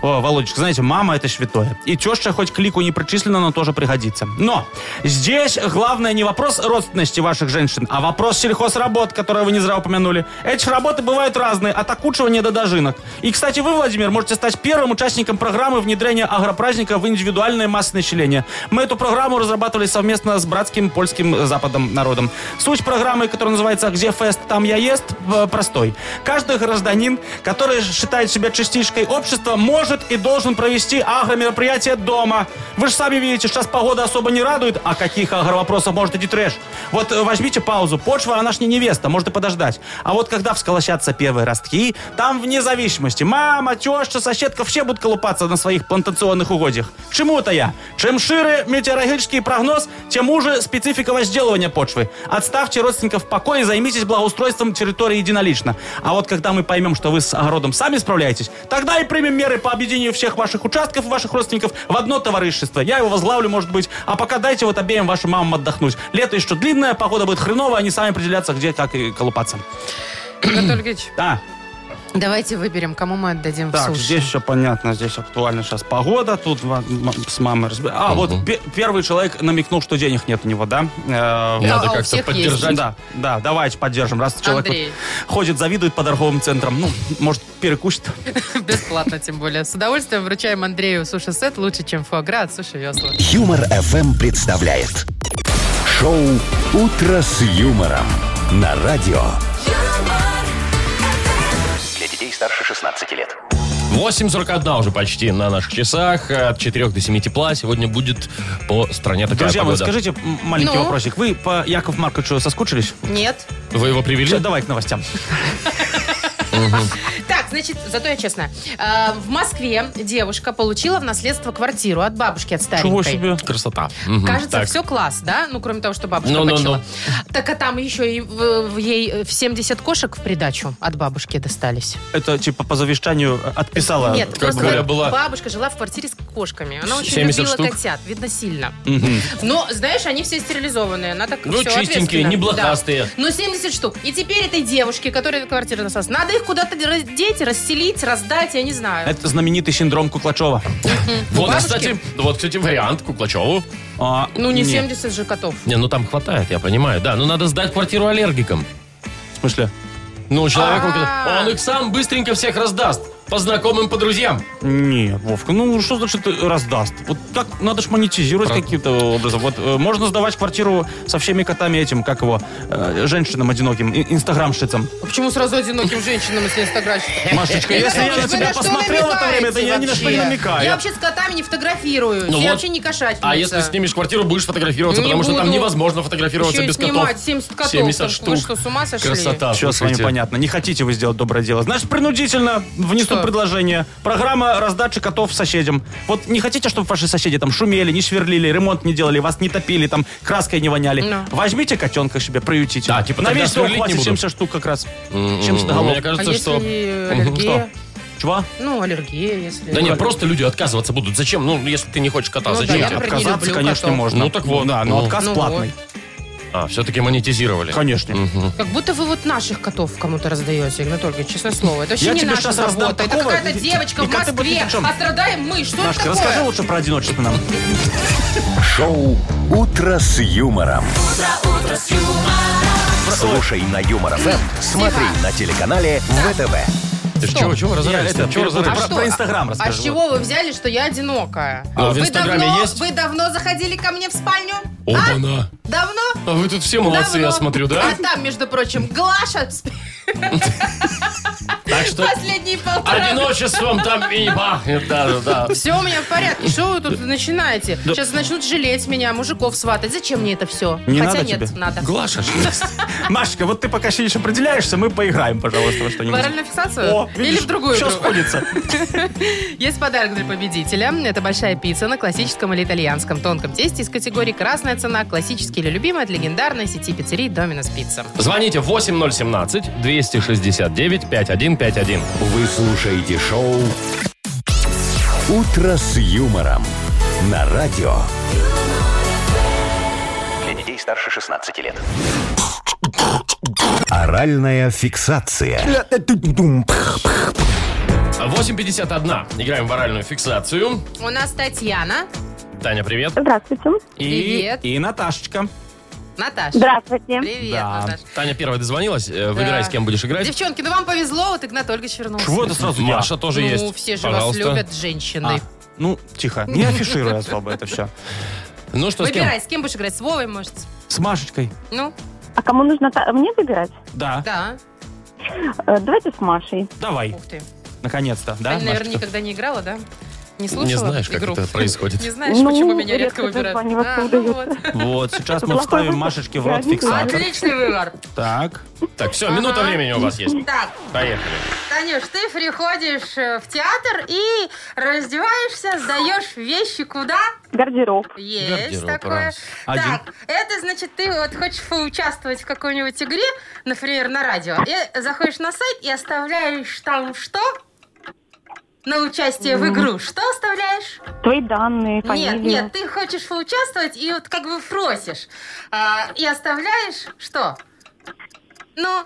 Speaker 4: да.
Speaker 3: О, Володечка, знаете, мама это святое. И теща хоть к лику не причислена, но тоже пригодится. Но здесь главное не вопрос родственности ваших женщин, а вопрос сельхозработ, которые вы не зря упомянули. Эти работы бывают разные, от окучивания до дожинок. И, кстати, вы, Владимир, можете стать первым участником программы внедрения агропраздника в индивидуальное массовое население. Мы эту программу разрабатывали совместно с братским польским э, западом народом. Суть программы, которая называется «Где фест, там я ест», э, простой. Каждый гражданин, который который считает себя частичкой общества, может и должен провести агромероприятие дома. Вы же сами видите, сейчас погода особо не радует, а каких агровопросов может идти трэш? Вот э, возьмите паузу. Почва, она ж не невеста, может и подождать. А вот когда всколощатся первые ростки, там вне зависимости мама, теща, соседка все будут колупаться на своих плантационных угодьях. К чему это я? Чем шире метеорологический прогноз, тем уже специфика возделывания почвы. Отставьте родственников в покое и займитесь благоустройством территории единолично. А вот когда мы поймем, что вы с огородом сами справляетесь, тогда и примем меры по объединению всех ваших участков, ваших родственников в одно товарищество. Я его возглавлю, может быть. А пока дайте вот обеим вашим мамам отдохнуть. Лето еще длинное, погода будет хреновая, они сами определятся, где как и колупаться.
Speaker 4: Анатолий Ильич,
Speaker 3: Да.
Speaker 4: давайте выберем, кому мы отдадим в
Speaker 3: Так,
Speaker 4: суши.
Speaker 3: здесь все понятно, здесь актуально сейчас погода, тут ва- м- с мамой разб- А, вот пе- первый человек намекнул, что денег нет у него, да? Э,
Speaker 4: Да,
Speaker 2: Надо
Speaker 4: а у
Speaker 2: как-то
Speaker 4: всех
Speaker 2: поддержать.
Speaker 3: Да, да, давайте поддержим, раз человек
Speaker 4: Андрей.
Speaker 3: вот ходит, завидует по торговым центрам, ну, может, перекусит.
Speaker 4: Бесплатно, тем более. С удовольствием вручаем Андрею суши-сет лучше, чем фуагра от суши весла.
Speaker 1: Юмор FM представляет шоу Утро с юмором на радио.
Speaker 11: Для детей старше 16 лет.
Speaker 2: 8.41 уже почти на наших часах. э, От 4 до 7 тепла. Сегодня будет по стране такая
Speaker 3: Друзья мои,
Speaker 2: погода.
Speaker 3: скажите м, маленький
Speaker 4: Ну?
Speaker 3: вопросик. Вы по Якову Марковичу соскучились?
Speaker 4: Нет.
Speaker 2: Вы его
Speaker 3: Всё,
Speaker 2: привели?
Speaker 3: давай к новостям.
Speaker 4: Так, значит, зато я честная. Э, В Москве девушка получила в наследство квартиру от бабушки, от старенькой.
Speaker 3: Чего себе?
Speaker 2: Красота. Мгм.
Speaker 4: Кажется,
Speaker 2: Так.
Speaker 4: все класс, да? Ну, кроме того, что бабушка
Speaker 2: Ну-ну-ну.
Speaker 4: почила. Так, а там еще и в, в ей в 70 кошек в придачу от бабушки достались.
Speaker 3: Это типа по завещанию отписала.
Speaker 4: Нет,
Speaker 2: А, как
Speaker 4: просто
Speaker 2: Гуля была.
Speaker 4: бабушка жила в квартире с кошками. Она очень
Speaker 2: 70
Speaker 4: любила
Speaker 2: штук.
Speaker 4: котят, видно сильно.
Speaker 3: Мгм.
Speaker 4: Но, знаешь, они все стерилизованные. Она так
Speaker 2: Ну,
Speaker 4: всё
Speaker 2: чистенькие,
Speaker 4: ответственно.
Speaker 2: не блохастые.
Speaker 4: Да. Ну, 70 штук. И теперь этой девушке, которая эту квартиру досталась, надо их куда-то раз- деть, расселить, раздать, я не знаю.
Speaker 3: Это знаменитый синдром Куклачева.
Speaker 2: Вот,
Speaker 4: бабушки?
Speaker 2: кстати, вот, кстати, вариант Куклачеву.
Speaker 3: А,
Speaker 4: Ну, не
Speaker 3: нет,
Speaker 4: 70 же котов.
Speaker 2: Не, ну там хватает, я понимаю. Да, ну надо сдать квартиру аллергикам.
Speaker 3: В смысле?
Speaker 2: Ну, человек, он,
Speaker 4: А.
Speaker 2: он их сам быстренько всех раздаст. По знакомым, по друзьям.
Speaker 3: Не, Вовка, ну что значит э, раздаст? Вот так надо ж монетизировать
Speaker 2: Про-
Speaker 3: каким-то образом. Вот э, можно сдавать квартиру со всеми котами этим, как его, э, женщинам одиноким, и- инстаграмщицам.
Speaker 4: А Почему сразу одиноким женщинам, если инстаграмщица?
Speaker 3: Машечка, если я на тебя посмотрел в это время, это а я ни на что не намекаю.
Speaker 4: Я вообще с котами не фотографируюсь.
Speaker 2: Ну
Speaker 4: я
Speaker 2: вот.
Speaker 4: вообще не кошатница.
Speaker 2: А если снимешь квартиру, будешь фотографироваться,
Speaker 4: Не
Speaker 2: потому что там
Speaker 4: буду.
Speaker 2: невозможно фотографироваться
Speaker 4: Еще и
Speaker 2: без котов.
Speaker 4: снимать 70 котов.
Speaker 2: 70
Speaker 4: Вы
Speaker 2: штук.
Speaker 4: что, с ума сошли?
Speaker 2: Красота,
Speaker 3: Все с вами
Speaker 2: А, слушайте.
Speaker 3: понятно. Не хотите вы сделать доброе дело. Значит, принудительно внесут
Speaker 4: Что?
Speaker 3: предложение. Программа раздачи котов соседям. Вот не хотите, чтобы ваши соседи там шумели, не сверлили, ремонт не делали, вас не топили, там краской не воняли.
Speaker 4: Ну.
Speaker 3: Возьмите котенка себе, приютите.
Speaker 2: Да, типа,
Speaker 3: На
Speaker 2: тогда
Speaker 3: весь дом
Speaker 2: сверлить не
Speaker 3: хватит
Speaker 2: буду.
Speaker 3: 70 штук как раз.
Speaker 2: М-м-м.
Speaker 3: Чем
Speaker 2: Мне
Speaker 3: сдавал?
Speaker 4: А
Speaker 2: кажется,
Speaker 4: если
Speaker 2: что...
Speaker 4: аллергия?
Speaker 3: Чего?
Speaker 4: Ну, аллергия, если...
Speaker 2: Да нет, просто люди отказываться будут. Зачем? Ну, если ты не хочешь кота,
Speaker 4: Ну
Speaker 2: зачем?
Speaker 4: да, я,
Speaker 2: тебе?
Speaker 4: например, не
Speaker 3: Отказаться,
Speaker 4: люблю
Speaker 3: конечно,
Speaker 4: котов.
Speaker 3: можно.
Speaker 2: Ну, так вот.
Speaker 3: Да, но
Speaker 2: Ну.
Speaker 3: отказ
Speaker 4: Ну
Speaker 3: платный.
Speaker 2: А, все-таки монетизировали.
Speaker 3: Конечно.
Speaker 4: Как будто вы вот наших котов кому-то раздаете, Игнатольевич, честное слово. Это вообще
Speaker 3: Я
Speaker 4: не
Speaker 3: тебе
Speaker 4: наша
Speaker 3: щас раздам
Speaker 4: забота. Это
Speaker 3: такого,
Speaker 4: какая-то
Speaker 3: и-
Speaker 4: девочка
Speaker 3: и
Speaker 4: в
Speaker 3: как ты будешь
Speaker 4: Москве.
Speaker 3: ни в чем.
Speaker 4: А страдаем мы. Что это
Speaker 3: Машка,
Speaker 4: такое?
Speaker 3: расскажи лучше про одиночество нам.
Speaker 1: Шоу Утро с юмором. Слушай на Юмор ФМ, смотри на телеканале ВТВ.
Speaker 2: Ты ж чего, чего разорались?
Speaker 3: Я это
Speaker 2: Чего
Speaker 3: перепутал.
Speaker 2: разорались?
Speaker 3: Про-
Speaker 4: что?
Speaker 3: про Инстаграм
Speaker 4: А
Speaker 3: расскажи,
Speaker 4: с чего вы взяли, что я одинокая?
Speaker 2: А в
Speaker 4: вы,
Speaker 2: Инстаграме
Speaker 4: давно,
Speaker 2: есть?
Speaker 4: вы давно заходили ко мне в спальню? А?
Speaker 2: Опа-на.
Speaker 4: Давно?
Speaker 2: А вы тут все молодцы,
Speaker 4: Давно.
Speaker 2: я смотрю, да?
Speaker 4: А там, между прочим, Глаша в спе-
Speaker 2: Так что
Speaker 4: последние полтора
Speaker 2: одиночеством там и не пахнет. Да, да, да.
Speaker 4: Все у меня в порядке. Что вы тут начинаете? Сейчас начнут жалеть меня, мужиков сватать. Зачем мне это все?
Speaker 3: Не
Speaker 4: Хотя
Speaker 3: надо
Speaker 4: нет,
Speaker 3: тебе?
Speaker 4: надо.
Speaker 2: Глаша
Speaker 3: Машка, вот ты пока сидишь определяешься, мы поиграем, пожалуйста, во что-нибудь.
Speaker 4: Оральную фиксацию? Или в другую
Speaker 3: Все
Speaker 4: игру?
Speaker 3: сходится.
Speaker 4: Есть подарок для победителя. Это большая пицца на классическом или итальянском тонком тесте из категории «Красная цена», «Классический» или «Любимая» от легендарной сети пиццерий «Доминос Пицца».
Speaker 2: Звоните 8017-269-5151.
Speaker 1: Вы слушаете шоу Утро с юмором на радио.
Speaker 11: Для детей старше 16 лет.
Speaker 1: Оральная фиксация.
Speaker 2: 8.51. Играем в оральную фиксацию.
Speaker 4: У нас Татьяна,
Speaker 2: Таня, привет.
Speaker 9: Здравствуйте.
Speaker 3: И,
Speaker 4: Привет.
Speaker 3: и Наташечка.
Speaker 4: Наташа.
Speaker 9: Здравствуйте.
Speaker 4: Привет,
Speaker 3: Да.
Speaker 4: Наташа.
Speaker 2: Таня первая дозвонилась. Э, Выбирай,
Speaker 4: Да.
Speaker 2: с кем будешь играть.
Speaker 4: Девчонки, ну вам повезло, вот Игнат Ольгович вернулся.
Speaker 3: Чего это сразу я?
Speaker 2: Маша тоже
Speaker 4: ну,
Speaker 2: есть.
Speaker 4: все же
Speaker 2: Пожалуйста.
Speaker 4: вас любят, женщины.
Speaker 3: А, ну, тихо. Не афишируй особо это все.
Speaker 2: Ну что, с кем?
Speaker 4: Выбирай, с кем будешь играть, с Вовой, может?
Speaker 3: С Машечкой.
Speaker 4: Ну,
Speaker 9: А
Speaker 3: А.
Speaker 9: кому нужно та- мне выбирать?
Speaker 3: Да,
Speaker 4: да.
Speaker 9: Э, Давайте с Машей.
Speaker 3: давай.
Speaker 4: Ух ты.
Speaker 3: Наконец-то, да?
Speaker 4: Ты,
Speaker 3: Маш,
Speaker 4: наверное,
Speaker 3: кто?
Speaker 4: никогда не играла, да? Не слушала
Speaker 3: знаешь, как
Speaker 4: игру?
Speaker 3: это происходит.
Speaker 4: Не знаешь,
Speaker 9: Ну,
Speaker 4: почему меня
Speaker 9: редко
Speaker 4: редко выбирают?
Speaker 9: дозваниваться
Speaker 4: А, ну
Speaker 9: удается.
Speaker 4: вот.
Speaker 3: Вот, сейчас мы
Speaker 9: Плохой
Speaker 3: вставим
Speaker 9: выпуск.
Speaker 3: Машечке в
Speaker 9: Я
Speaker 3: рот
Speaker 9: не знаю.
Speaker 3: фиксатор.
Speaker 4: Отличный выбор.
Speaker 3: Так.
Speaker 2: Так, все, минута времени у вас есть.
Speaker 4: Так,
Speaker 2: Поехали.
Speaker 4: Танюш, ты приходишь э, в театр и раздеваешься, сдаешь вещи куда?
Speaker 9: Гардероб.
Speaker 4: Есть
Speaker 2: Гардероб,
Speaker 4: такое.
Speaker 2: раз. Один.
Speaker 4: Так, это значит, ты вот хочешь поучаствовать в какой-нибудь игре, например, на радио, и заходишь на сайт и оставляешь там что? На участие в игру. Что оставляешь?
Speaker 9: Твои данные, фамилию.
Speaker 4: Нет, нет, ты хочешь поучаствовать и вот как бы просишь. А, и оставляешь что? Ну,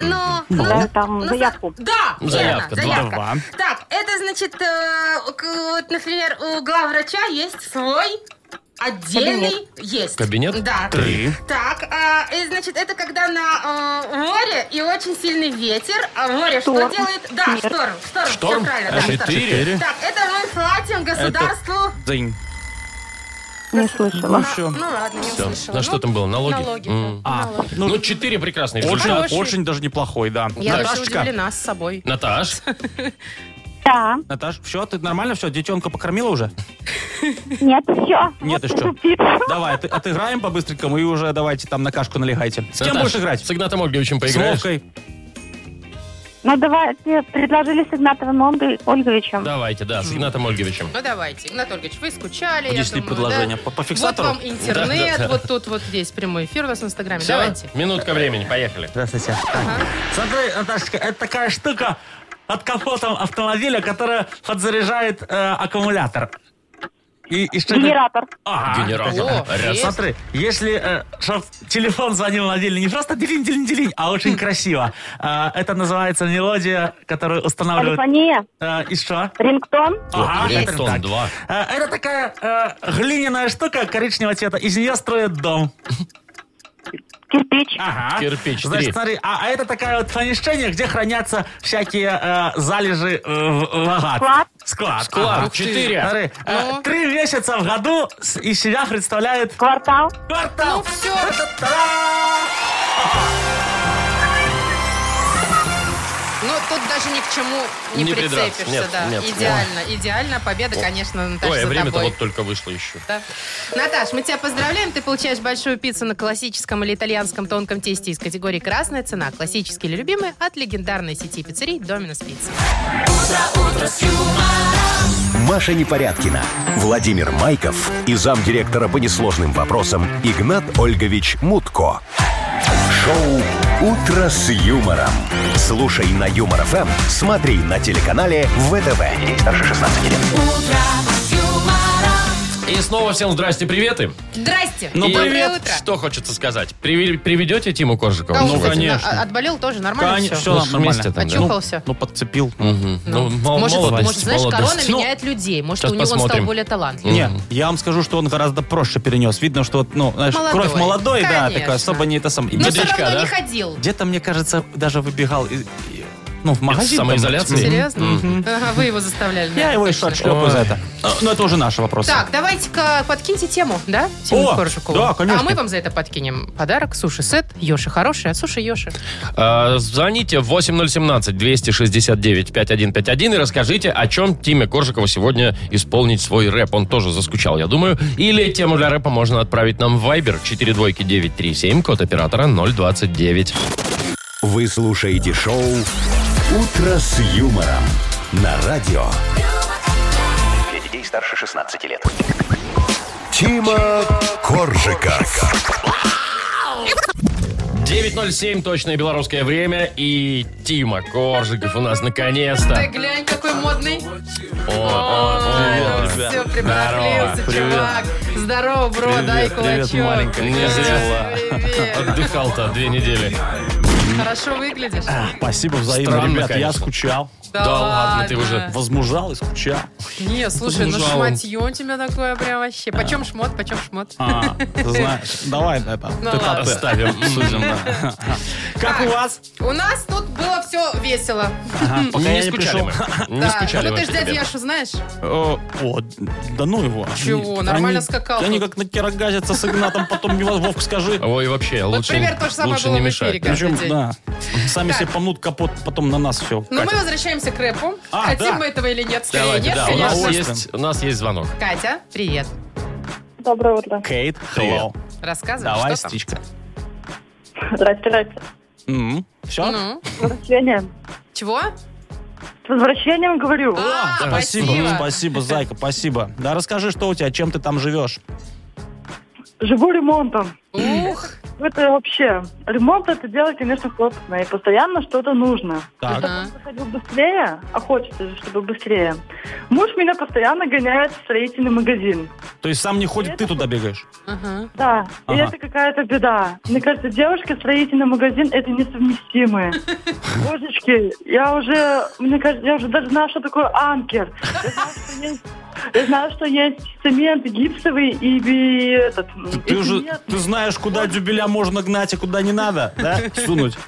Speaker 4: ну, ну,
Speaker 9: Да,
Speaker 4: ну,
Speaker 9: там
Speaker 4: ну,
Speaker 9: заявку.
Speaker 4: Да,
Speaker 2: Заявка,
Speaker 4: заявка,
Speaker 2: два.
Speaker 4: заявка.
Speaker 3: Два.
Speaker 4: Так, это значит, э, к- вот, например, у главврача есть свой отдельный есть.
Speaker 2: Кабинет?
Speaker 4: Да.
Speaker 3: Три.
Speaker 4: Так, а, и, значит, это когда на э, море и очень сильный ветер, а море
Speaker 9: Шторм.
Speaker 4: что делает? Да,
Speaker 9: Нет.
Speaker 4: шторм. Шторм,
Speaker 2: Шторм? А,
Speaker 4: все правильно. да, шторм.
Speaker 2: Четыре.
Speaker 4: Так, это мы платим государству.
Speaker 3: Дзынь.
Speaker 9: Не слышала.
Speaker 3: всё.
Speaker 4: Ну ладно, не
Speaker 2: Всё.
Speaker 4: услышала. Ну,
Speaker 2: На что там было? Налоги?
Speaker 4: Налоги.
Speaker 2: М.
Speaker 4: да.
Speaker 3: А,
Speaker 4: Налоги.
Speaker 2: Ну, четыре прекрасных результата.
Speaker 3: очень,
Speaker 4: Хороший.
Speaker 3: очень даже неплохой, да.
Speaker 4: Я даже
Speaker 3: Наташечка,
Speaker 4: удивлена с собой.
Speaker 2: Наташ,
Speaker 9: Да.
Speaker 3: Наташ, все, ты нормально, все, детенка покормила уже?
Speaker 9: Нет, все.
Speaker 3: Нет, и что? Давай, от- отыграем по-быстренькому и уже давайте там на кашку налегайте. С кем
Speaker 2: Наташ,
Speaker 3: будешь играть?
Speaker 2: С Игнатом Ольговичем
Speaker 3: С
Speaker 2: поиграешь?
Speaker 3: Вовкой.
Speaker 9: Ну, давайте, предложили с Игнатовым Ольг- Ольговичем.
Speaker 2: Давайте, да, с Игнатом Ольговичем.
Speaker 4: Ну давайте, Игнат Ольгович, вы скучали.
Speaker 3: Есть ли
Speaker 4: я думаю,
Speaker 3: предложение?
Speaker 4: да.
Speaker 3: По- по фиксатору?
Speaker 4: Вот вам интернет,
Speaker 2: Да-да-да.
Speaker 4: вот тут вот есть прямой эфир у нас в Инстаграме.
Speaker 2: Всё?
Speaker 4: Давайте.
Speaker 2: Минутка времени, поехали.
Speaker 3: Здравствуйте. Смотри, Наташечка, это такая штука от капотом автомобиля, которая подзаряжает э, аккумулятор. И, и что это-
Speaker 9: Генератор.
Speaker 3: Ага.
Speaker 2: Генератор.
Speaker 4: О,
Speaker 2: Ряд.
Speaker 4: А, есть.
Speaker 3: Смотри, если э, чтоб телефон звонил мобильный, не просто делин делин делин, а очень красиво. Э, это называется мелодия, которую устанавливают...
Speaker 9: Полифония.
Speaker 3: Э, и что?
Speaker 9: Рингтон.
Speaker 3: Ага,
Speaker 2: Есть.
Speaker 3: это
Speaker 2: Тон
Speaker 3: так.
Speaker 2: два.
Speaker 3: Э, Это такая э, глиняная штука коричневого цвета. Из нее строят дом.
Speaker 9: Кирпич.
Speaker 3: Ага.
Speaker 2: Кирпич, три.
Speaker 3: Значит, смотри, а, а это такая вот помещение, где хранятся всякие э, залежи э, в- богатств.
Speaker 9: Склад.
Speaker 3: Склад.
Speaker 4: А,
Speaker 2: Склад. А?
Speaker 3: ага.
Speaker 2: Четыре.
Speaker 3: Смотри, э,
Speaker 4: Ну?
Speaker 3: три месяца в году с- из себя представляет
Speaker 9: Квартал.
Speaker 3: квартал.
Speaker 4: Ну всё.
Speaker 3: Та-та-та-дам!
Speaker 4: Ну, тут даже ни к чему не,
Speaker 2: Не придраться.
Speaker 4: прицепишься,
Speaker 2: Нет,
Speaker 4: да.
Speaker 2: нет.
Speaker 4: Идеально, идеально. Победа, конечно, Наташа,
Speaker 2: Ой, а
Speaker 4: за
Speaker 2: время-то
Speaker 4: тобой.
Speaker 2: вот только вышло еще.
Speaker 4: Да. Наташ, мы тебя поздравляем. Ты получаешь большую пиццу на классическом или итальянском тонком тесте из категории «Красная цена». Классический или любимый от легендарной сети пиццерий «Доминос Пицца».
Speaker 1: Маша Непорядкина, Владимир Майков и замдиректора по несложным вопросам Игнат Ольгович Мутко. Шоу «Утро с юмором». Слушай на Юмор ФМ, смотри на телеканале ВТВ. Здесь старше 16 лет.
Speaker 2: И снова всем здрасте, приветы.
Speaker 4: Здрасте!
Speaker 3: Ну,
Speaker 2: И
Speaker 4: Доброе
Speaker 3: привет. Ну,
Speaker 4: утро!
Speaker 2: Что хочется сказать? Приви- приведете Тиму Коржикова?
Speaker 4: Кого,
Speaker 2: сегодня?
Speaker 4: кстати,
Speaker 3: конечно.
Speaker 4: на- Отболел тоже А, нормально
Speaker 3: Конечно,
Speaker 4: все?
Speaker 3: всё
Speaker 2: Ну, ж
Speaker 3: нормально.
Speaker 2: вместе там, да.
Speaker 4: Очухался?
Speaker 3: Ну, подцепил.
Speaker 2: Мгм. Ну, мол-
Speaker 4: может,
Speaker 2: молодость,
Speaker 4: может, знаешь, корона
Speaker 2: молодость. Ну,
Speaker 4: меняет людей. Может,
Speaker 2: щас
Speaker 4: у него он
Speaker 2: посмотрим.
Speaker 4: стал более талантливым.
Speaker 3: Не, я вам скажу, что он гораздо проще перенес. Видно, что вот, ну, знаешь,
Speaker 4: Молодой.
Speaker 3: кровь молодой, да,
Speaker 4: Конечно.
Speaker 3: такая особо не это
Speaker 2: Ну,
Speaker 3: сам.
Speaker 4: Но
Speaker 3: Где-
Speaker 4: все
Speaker 2: Дедочка,
Speaker 4: равно
Speaker 2: да?
Speaker 4: не ходил.
Speaker 3: Где-то, мне кажется, даже выбегал, из- и- ну, в магазин. там.
Speaker 2: самоизоляции?
Speaker 3: Мгм.
Speaker 4: Серьезно? Ага, вы его заставляли.
Speaker 3: Я
Speaker 4: наверное,
Speaker 3: его еще
Speaker 4: точно.
Speaker 3: отшлепаю за это. А, Но это уже наши вопросы.
Speaker 4: Так, давайте-ка подкиньте тему, да, Тиму
Speaker 3: О,
Speaker 4: Коржикову?
Speaker 3: да, конечно.
Speaker 4: А мы вам за это подкинем подарок, суши-сет, Йоши хороший, от суши Йоши.
Speaker 2: А, Звоните в 8017-269-5151 и расскажите, о чем Тиме Коржикову сегодня исполнить свой рэп. Он тоже заскучал, я думаю. Или тему для рэпа можно отправить нам в Viber 42937, код оператора 029.
Speaker 1: Вы слушаете шоу «Утро с юмором» на радио.
Speaker 11: Для детей старше 16 лет.
Speaker 1: Тима Коржика.
Speaker 2: 9.07, точное белорусское время, и Тима Коржиков у нас наконец-то.
Speaker 4: глянь, какой модный.
Speaker 2: О, о, о.
Speaker 4: все,
Speaker 2: Здорово.
Speaker 4: прибавился, чувак. Здорово, бро, дай
Speaker 3: привет,
Speaker 4: кулачок.
Speaker 3: маленькая.
Speaker 2: Не зря.
Speaker 4: Привет.
Speaker 2: Отдыхал-то две недели.
Speaker 4: Хорошо выглядишь.
Speaker 3: Спасибо взаимно,
Speaker 2: Странно,
Speaker 3: ребят. Я
Speaker 2: конечно.
Speaker 3: скучал.
Speaker 4: Да
Speaker 2: ладно, ты уже
Speaker 3: возмужал и скучал.
Speaker 4: Не, слушай, ну
Speaker 3: Возмужал.
Speaker 4: шматье у тебя такое прям вообще. Почем шмот, почем шмот?
Speaker 3: А, ты знаешь, давай это.
Speaker 4: Ну ладно.
Speaker 2: Оставим.
Speaker 3: Судим, да. Как у вас?
Speaker 4: У нас тут было все весело.
Speaker 3: Ага, пока
Speaker 2: Не
Speaker 3: я
Speaker 2: скучали
Speaker 3: пришел.
Speaker 2: мы. Не
Speaker 4: Да.
Speaker 2: скучали
Speaker 4: Ну ты
Speaker 2: вообще,
Speaker 4: ж дядю
Speaker 2: ребят.
Speaker 4: Яшу знаешь?
Speaker 3: О, о, да ну его.
Speaker 4: Чего,
Speaker 3: Они-
Speaker 4: нормально
Speaker 3: они-
Speaker 4: скакал
Speaker 3: Они
Speaker 4: тут.
Speaker 3: как накирогазятся с Игнатом, потом не во- Вовка, скажи.
Speaker 2: Ой, вообще,
Speaker 4: Вот
Speaker 2: лучше,
Speaker 4: примерно то же самое
Speaker 2: лучше
Speaker 4: было
Speaker 2: не
Speaker 4: в
Speaker 2: мешать.
Speaker 4: эфире,
Speaker 3: Причем,
Speaker 4: каждый день.
Speaker 3: да, сами
Speaker 4: Так.
Speaker 3: себе помнут капот, потом на нас все.
Speaker 4: Но Ну, мы возвращаемся к рэпу.
Speaker 3: А,
Speaker 4: Хотим
Speaker 3: да.
Speaker 4: мы этого или нет? Скорее
Speaker 2: Давайте,
Speaker 4: нет,
Speaker 2: да, у нас,
Speaker 4: конечно.
Speaker 2: есть, у нас есть звонок.
Speaker 4: Катя, привет.
Speaker 5: Доброе утро.
Speaker 3: Кейт, hello.
Speaker 4: Рассказывай,
Speaker 3: Давай,
Speaker 4: что там?
Speaker 3: стичка.
Speaker 5: Здрасте, здрасте.
Speaker 3: Все?
Speaker 4: Ну,
Speaker 5: С возвращением.
Speaker 4: чего?
Speaker 5: С возвращением, говорю.
Speaker 4: А,
Speaker 3: Спасибо, спасибо, зайка, спасибо. Да расскажи, что у тебя, чем ты там живешь?
Speaker 5: Живу ремонтом.
Speaker 2: Ну,
Speaker 5: Ну,
Speaker 4: Ух,
Speaker 5: Это вообще... Ремонт это дело, конечно, хлопотно. И постоянно что-то нужно.
Speaker 3: Так.
Speaker 4: ага.
Speaker 5: Хочу быстрее, а хочется же, чтобы быстрее. Муж меня постоянно гоняет в строительный магазин.
Speaker 3: То есть сам не ходит, ты туда бегаешь?
Speaker 4: ага.
Speaker 5: Да, и
Speaker 3: Ага.
Speaker 5: это какая-то беда. Мне кажется, девушка, строительный магазин – это несовместимые. Божечки, я уже, мне кажется, я уже даже знаю, что такое анкер. Я знаю, что есть, я знаю, что есть цемент гипсовый и, би- этот... м,
Speaker 3: Ты,
Speaker 5: и
Speaker 3: ты уже
Speaker 5: цемент.
Speaker 3: ты знаешь, куда дюбеля можно гнать, а куда не надо, да? Сунуть.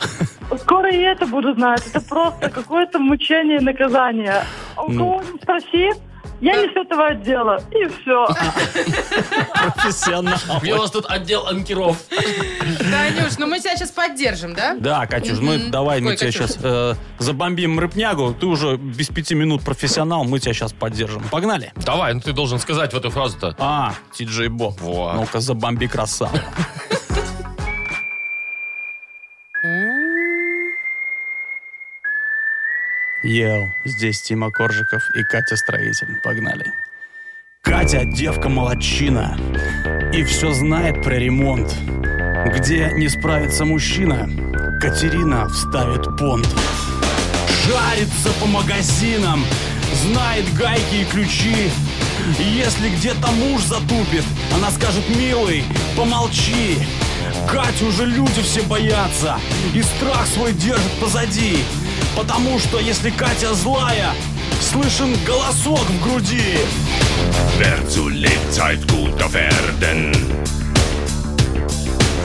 Speaker 5: Скоро и это буду знать. Это просто какое-то мучение и наказание. А У
Speaker 3: Ну.
Speaker 5: кого не спроси, я не с этого отдела. И все.
Speaker 3: Профессионал.
Speaker 2: Где у вас тут отдел анкеров?
Speaker 4: Танюш, ну мы тебя сейчас поддержим, да?
Speaker 3: Да, Катюш,
Speaker 4: Мгм.
Speaker 3: ну давай мы
Speaker 4: Ой,
Speaker 3: тебя
Speaker 4: Катюш.
Speaker 3: сейчас забомбим рыпнягу. Ты уже без пяти минут профессионал, мы тебя сейчас поддержим. Погнали.
Speaker 2: Давай, ну ты должен сказать в эту фразу-то.
Speaker 3: А, Ти-Джей Боб.
Speaker 2: Во.
Speaker 3: Ну-ка, забомби красава. Ел, здесь Тима Коржиков и Катя Строитель. Погнали. Катя девка молодчина и все знает про ремонт. Где не справится мужчина, Катерина вставит понт. Шарится по магазинам, знает гайки и ключи. Если где-то муж затупит, она скажет, милый, помолчи. Катю уже люди все боятся, и страх свой держит позади. Потому что если Катя злая, слышен голосок в груди.
Speaker 12: Wer zu Lebzeit gut auf Erden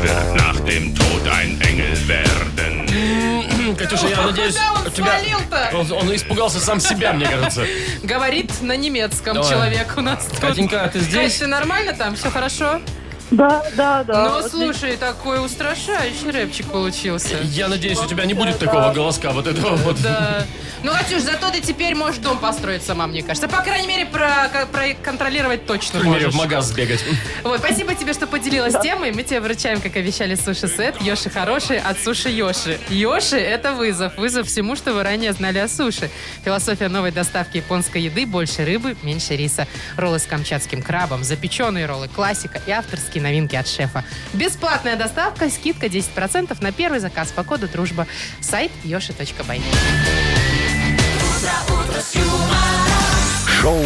Speaker 12: wird nach dem Tod ein Engel werden.
Speaker 2: Катюша, я надеюсь,
Speaker 4: Куда он
Speaker 2: у тебя...
Speaker 4: свалил-то?
Speaker 2: Он, он испугался сам себя, мне кажется.
Speaker 4: Говорит на немецком
Speaker 2: Давай.
Speaker 4: человек у нас тут.
Speaker 2: Катенька, ты здесь?
Speaker 4: Катя, ты нормально там? Все хорошо?
Speaker 5: Да, да, да.
Speaker 4: ну,
Speaker 5: А, Вот
Speaker 4: слушай, такой устрашающий рэпчик получился.
Speaker 2: Я надеюсь, у тебя не будет такого голоска вот этого вот.
Speaker 4: Да. Ну, Катюш, зато ты теперь можешь дом построить сама, мне кажется. По крайней мере, про, ко- проконтролировать
Speaker 2: По
Speaker 4: точно
Speaker 2: крайней мере, в
Speaker 4: можешь.
Speaker 2: магаз сбегать.
Speaker 4: Вот, спасибо тебе, что поделилась темой. Мы тебе вручаем, как обещали, суши-сет «Йоши хороший» от суши Йоши. Йоши – это вызов. Вызов всему, что вы ранее знали о суши. Философия новой доставки японской еды – больше рыбы, меньше риса. Роллы с камчатским крабом, запеченные роллы, классика и авторские новинки от шефа. Бесплатная доставка, скидка 10% на первый заказ по коду «Дружба». Сайт yoshi.by.
Speaker 1: Шоу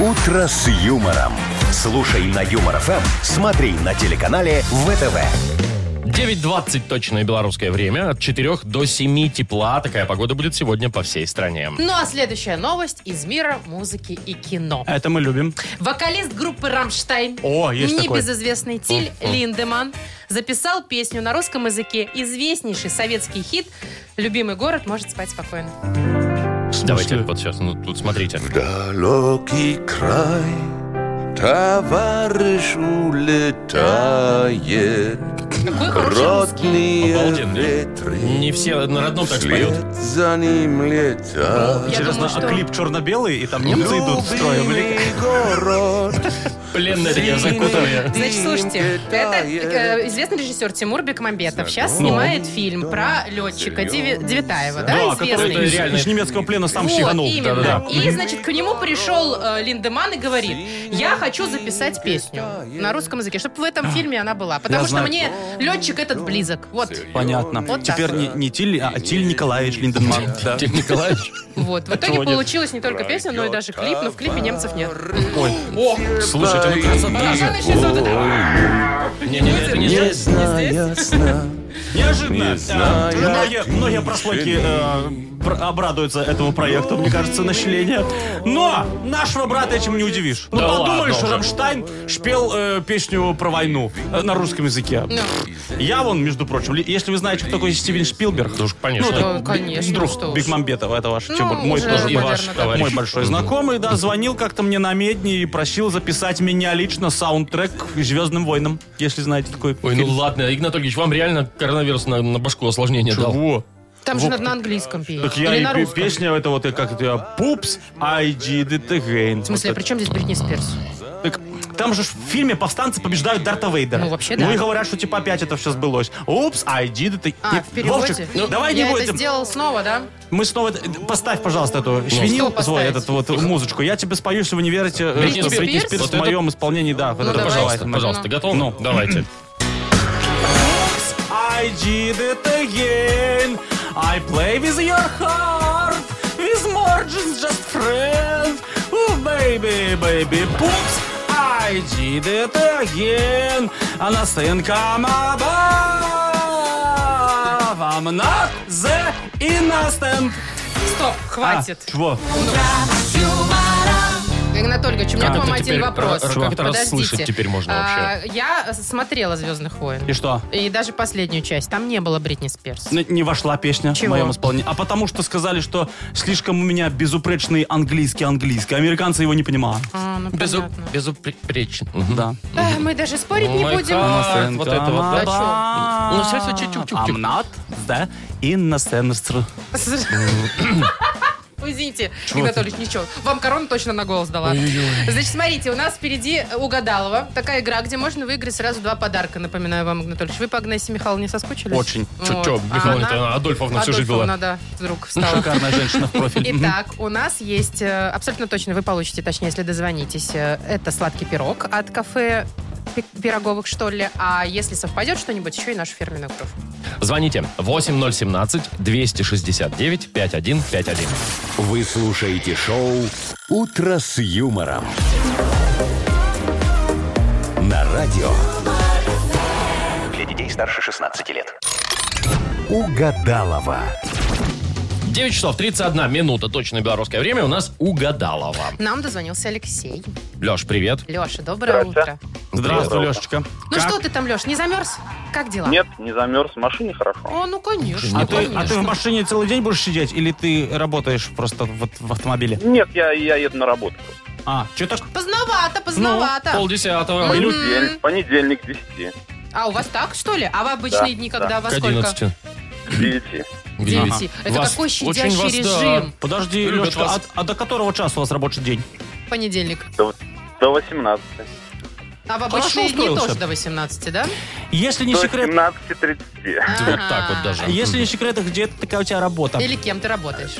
Speaker 1: «Утро с юмором». Слушай на Юмор ФМ, смотри на телеканале ВТВ.
Speaker 2: 9.20 точное белорусское время. От 4 до 7 тепла. Такая погода будет сегодня по всей стране.
Speaker 4: Ну а следующая новость из мира музыки и кино.
Speaker 3: Это мы любим.
Speaker 4: Вокалист группы «Рамштайн»,
Speaker 3: О, есть такой.
Speaker 4: небезызвестный Тиль Линдеман, записал песню на русском языке «Известнейший советский хит «Любимый город может спать спокойно».
Speaker 2: Давайте вот сейчас, ну тут смотрите.
Speaker 13: Далекий край, товарищ улетает,
Speaker 4: Какой хороший
Speaker 13: родные
Speaker 2: Обалденно.
Speaker 13: ветры.
Speaker 2: Не все на родном так
Speaker 13: вслед
Speaker 2: споют.
Speaker 13: за ним летят.
Speaker 4: думаю,
Speaker 3: Интересно,
Speaker 4: Ну что- Ну,
Speaker 3: а клип черно-белый, и там немцы идут в строю.
Speaker 13: Любимый город.
Speaker 2: Пленные такие закутанные.
Speaker 4: Значит, слушайте, это э, известный режиссер Тимур Бекмамбетов сейчас
Speaker 3: Ну.
Speaker 4: снимает фильм про летчика Деви- Девятаева, да,
Speaker 3: который
Speaker 2: Это
Speaker 4: известный?
Speaker 3: из,
Speaker 2: реально-
Speaker 3: из немецкого плена сам
Speaker 4: Вот,
Speaker 3: щеганул.
Speaker 4: именно.
Speaker 2: Да-да-да.
Speaker 4: И, значит, к нему пришел э, Линдеман и говорит, я хочу записать песню на русском языке, чтобы в этом фильме она была. Потому что
Speaker 3: А. знаю.
Speaker 4: мне летчик этот близок. Вот.
Speaker 3: Понятно.
Speaker 4: Вот так
Speaker 3: Теперь
Speaker 4: вот.
Speaker 3: не, не Тиль, а Тиль Николаевич Линденман. Да.
Speaker 2: Тим Николаевич?
Speaker 4: Вот. В итоге
Speaker 3: Сегодня.
Speaker 4: получилась не только песня, но и даже клип, но в клипе немцев нет.
Speaker 3: Ой,
Speaker 2: О, слушайте, ну красота
Speaker 4: Должна
Speaker 2: же.
Speaker 4: начнется вот это.
Speaker 2: Не, не, не, это не
Speaker 13: Не
Speaker 2: здесь.
Speaker 13: зная сна,
Speaker 3: неожиданно.
Speaker 13: знаю.
Speaker 3: Э, Многие, многие прослойки э, пр- обрадуется этому проекту, мне кажется, население. Но нашего брата этим не удивишь. Ну,
Speaker 2: Да
Speaker 3: подумаешь,
Speaker 2: ладно уже.
Speaker 3: Рамштайн шпел э, песню про войну э, на русском языке.
Speaker 4: Ну.
Speaker 3: Я вон, между прочим, ли- если вы знаете, кто такой Стивен Шпилберг, ну,
Speaker 2: конечно.
Speaker 3: так,
Speaker 4: Ну, конечно,
Speaker 3: друг
Speaker 4: что уж.
Speaker 3: Бекмамбетова, это ваш,
Speaker 4: Ну,
Speaker 3: Чебур- мой
Speaker 4: уже,
Speaker 3: тоже и
Speaker 4: наверное,
Speaker 3: ваш,
Speaker 4: так.
Speaker 3: товарищ. мой
Speaker 4: Товарищ.
Speaker 3: большой знакомый, да, звонил как-то мне на медни и просил записать меня лично саундтрек к «Звездным войнам», если знаете такой
Speaker 2: Ой, ну ладно, Игнат Ольгич, вам реально коронавирус на, на башку осложнение дал.
Speaker 4: Там же
Speaker 3: Вот
Speaker 4: надо на английском петь.
Speaker 3: Так я
Speaker 4: Или
Speaker 3: и
Speaker 4: на
Speaker 3: пе-
Speaker 4: русском.
Speaker 3: песня, это вот э, как это, э, Пупс, I did it again.
Speaker 4: В смысле, а при чем здесь Бритни Спирс?
Speaker 3: Так, там же ж в фильме повстанцы побеждают Дарта Вейдера.
Speaker 4: Ну, вообще да.
Speaker 3: и говорят, что типа опять это все сбылось. Упс, I did it again.
Speaker 4: А, в переводе?
Speaker 3: Вовчик, ну, давай
Speaker 4: я
Speaker 3: не
Speaker 4: это
Speaker 3: будем.
Speaker 4: сделал снова, да?
Speaker 3: Мы снова... это- Поставь, пожалуйста, эту
Speaker 4: Что
Speaker 3: свинил,
Speaker 4: поставить?
Speaker 3: свой, этот вот музычку. Я тебе спою, если вы не верите, э,
Speaker 2: Бритни
Speaker 3: что
Speaker 2: Спирс?
Speaker 3: Бритни Спирс
Speaker 2: Вот
Speaker 3: в
Speaker 2: это-
Speaker 3: моем исполнении, да. вот
Speaker 2: Ну,
Speaker 3: это
Speaker 2: пожалуйста,
Speaker 3: желательно.
Speaker 2: пожалуйста, готов?
Speaker 3: Ну.
Speaker 2: Давайте.
Speaker 3: I did it again. I play with your heart. With more than just friend. Oh, baby, baby, poops. I did it again. And I think I'm above. I'm not the innocent.
Speaker 4: Стоп, хватит.
Speaker 3: А, чего?
Speaker 4: Игнат Ольгович, у меня
Speaker 3: Как
Speaker 4: к вам
Speaker 3: это
Speaker 4: один
Speaker 3: теперь
Speaker 4: вопрос.
Speaker 2: ра- как это
Speaker 4: Подождите.
Speaker 2: расслышать теперь можно
Speaker 4: А, Я смотрела «Звездных войн».
Speaker 3: И Ну, что?
Speaker 4: И даже последнюю часть. Там не было Бритни Спирс.
Speaker 3: Н- Не вошла песня
Speaker 4: Чего?
Speaker 3: в моем исполнении. А потому что сказали, что слишком у меня безупречный английский английский. Американцы его не понимают.
Speaker 4: А, ну понятно.
Speaker 2: Безупречен.
Speaker 3: Да.
Speaker 4: А, Мы даже спорить не
Speaker 2: My
Speaker 4: будем.
Speaker 2: God. А, вот это вот, да?
Speaker 4: А
Speaker 2: Ну, сейчас я чуть-чуть.
Speaker 3: I'm not the innocent.
Speaker 4: Узите,
Speaker 3: Чего
Speaker 4: Игнат
Speaker 3: ты?
Speaker 4: Ольгович, ничего. Вам корона точно на голос дала.
Speaker 3: Ой-ой-ой.
Speaker 4: Значит, смотрите, у нас впереди угадалова. Такая игра, где можно выиграть сразу два подарка, напоминаю вам, Игнат Ольгович. Вы по Агнессе Михайловне соскучились?
Speaker 3: Очень.
Speaker 2: Чё- чё, Михайловна-то, она Адольфовна всю жизнь была.
Speaker 4: Адольфовна, да, вдруг встала.
Speaker 3: Шикарная женщина в профиль.
Speaker 4: Итак, у нас есть, э, абсолютно точно вы получите, точнее, если дозвонитесь, э, это сладкий пирог от кафе Пи- пироговых, что ли. А если совпадет что-нибудь, еще и нашу фирменную кровь.
Speaker 2: Звоните 8017-269-5151.
Speaker 1: Вы слушаете шоу «Утро с юмором». На радио
Speaker 11: Для детей старше 16 лет.
Speaker 1: «Угадалова».
Speaker 2: 9 часов 31 минута, точно белорусское время, у нас угадалово.
Speaker 4: Нам дозвонился Алексей.
Speaker 2: Леш, привет.
Speaker 4: Леша, доброе утро.
Speaker 3: Здравствуй, Лешечка.
Speaker 4: Ну что ты там, Леш, не замерз? Как дела?
Speaker 8: Нет, не замерз. В машине хорошо.
Speaker 4: О, ну конечно,
Speaker 3: А ты,
Speaker 4: конечно.
Speaker 3: а ты в машине целый день будешь сидеть или ты работаешь просто вот в автомобиле?
Speaker 8: Нет, я, я еду на работу.
Speaker 3: А, что так? Ну,
Speaker 4: Поздновато, поздновато.
Speaker 2: полдесятого.
Speaker 4: Мгм.
Speaker 8: Понедельник, понедельник, 10.
Speaker 4: А у вас так, что ли? А в обычные
Speaker 8: Да,
Speaker 4: дни,
Speaker 8: да.
Speaker 4: когда во
Speaker 2: К
Speaker 4: сколько?
Speaker 2: 11.
Speaker 8: 9.
Speaker 2: К
Speaker 4: Девяти.
Speaker 2: 9.
Speaker 4: Это
Speaker 2: Вас-
Speaker 4: какой
Speaker 2: очень
Speaker 4: щадящий
Speaker 2: вас, да.
Speaker 4: режим.
Speaker 3: Подожди,
Speaker 2: Любят
Speaker 3: Лешечка,
Speaker 2: вас.
Speaker 3: а, а до которого часа у вас рабочий день?
Speaker 4: Понедельник.
Speaker 8: До, до 18.
Speaker 4: А в
Speaker 3: Хорошо
Speaker 4: обычные дни
Speaker 3: устроился.
Speaker 4: тоже до 18, да?
Speaker 3: Если не
Speaker 8: до
Speaker 3: секрет,
Speaker 8: 17.30.
Speaker 2: Вот так вот даже.
Speaker 3: если не секрет, где это такая у тебя работа?
Speaker 4: А. Или кем ты работаешь?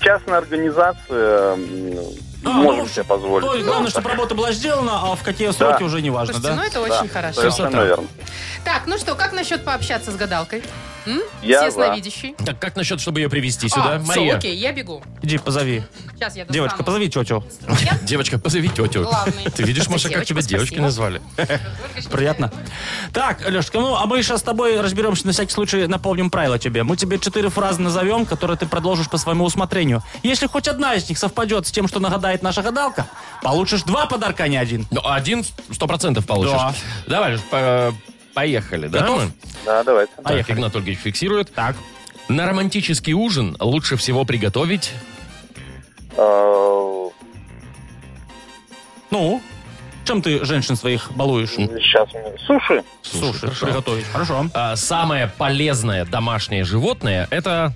Speaker 8: Частная организация м,
Speaker 3: А, ну,
Speaker 8: можем себе позволить.
Speaker 3: То есть главное, чтобы работа была сделана, а в какие сроки уже не важно,
Speaker 4: Слушайте,
Speaker 3: да?
Speaker 4: ну это
Speaker 8: Да,
Speaker 4: очень хорошо.
Speaker 8: Совершенно
Speaker 2: Красота.
Speaker 8: верно.
Speaker 4: Так, ну что, как насчет пообщаться с гадалкой? М?
Speaker 8: Я за.
Speaker 4: Ясновидящий.
Speaker 2: Так как насчет, чтобы ее привести
Speaker 4: А,
Speaker 2: сюда?
Speaker 4: все,
Speaker 2: Мария.
Speaker 4: окей, я бегу.
Speaker 3: Иди, позови.
Speaker 4: Сейчас я достану.
Speaker 3: Девочка, позови тетю.
Speaker 2: Девочка, позови тетю.
Speaker 4: Главный.
Speaker 2: Ты видишь, Маша, как
Speaker 4: Девочка,
Speaker 2: тебя девочки
Speaker 4: спасибо.
Speaker 2: назвали?
Speaker 3: Приятно. Так, Лешка, ну, а мы сейчас с тобой разберемся, на всякий случай напомним правила тебе. Мы тебе четыре фразы назовем, которые ты продолжишь по своему усмотрению. Если хоть одна из них совпадет с тем, что нагадает наша гадалка, получишь два подарка, а не один.
Speaker 2: Ну, один сто процентов получишь.
Speaker 3: Да.
Speaker 2: Давай, Леш, по- поехали, да?
Speaker 3: Готов?
Speaker 2: мы?
Speaker 8: Да, давайте.
Speaker 2: Так, Игнат Ольгович фиксирует.
Speaker 3: Так.
Speaker 2: На романтический ужин лучше всего приготовить
Speaker 8: А,
Speaker 3: Ну, чем ты женщин своих балуешь?
Speaker 6: Ну,
Speaker 8: Сейчас. Суши.
Speaker 3: Суши
Speaker 2: хорошо.
Speaker 3: приготовить. Хорошо.
Speaker 2: а, самое полезное домашнее животное. Это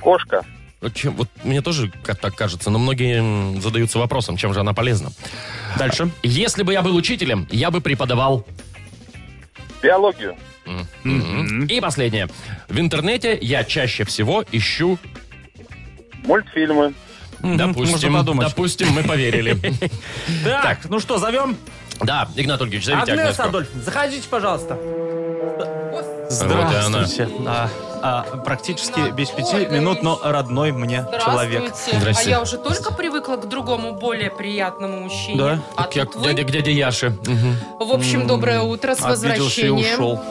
Speaker 8: Кошка.
Speaker 2: вот чем, вот мне тоже как так кажется, но многие м, задаются вопросом, чем же она полезна.
Speaker 3: Дальше.
Speaker 2: Если бы я был учителем, я бы преподавал.
Speaker 8: Биологию.
Speaker 2: Мгм. И последнее. В интернете я чаще всего ищу.
Speaker 8: Мультфильмы.
Speaker 3: Мгм,
Speaker 2: допустим,
Speaker 3: Можно подумать.
Speaker 2: допустим, мы поверили.
Speaker 3: Так, ну что, зовем?
Speaker 2: Да, Игнат Ольгович, зовите
Speaker 3: Агнеса
Speaker 2: Агнеску.
Speaker 3: Адольфовна, заходите, пожалуйста.
Speaker 2: Здравствуйте.
Speaker 3: Да, а, практически без пяти минут, но родной мне человек.
Speaker 4: Здравствуйте.
Speaker 2: Здрасте.
Speaker 4: А я уже только привыкла к другому, более приятному мужчине.
Speaker 3: Да?
Speaker 4: А
Speaker 2: Как я-
Speaker 4: тут вы.
Speaker 2: дядя, к дяде Яше. Мгм.
Speaker 4: В общем, доброе утро с
Speaker 3: Обиделся и
Speaker 4: возвращением.
Speaker 3: ушел.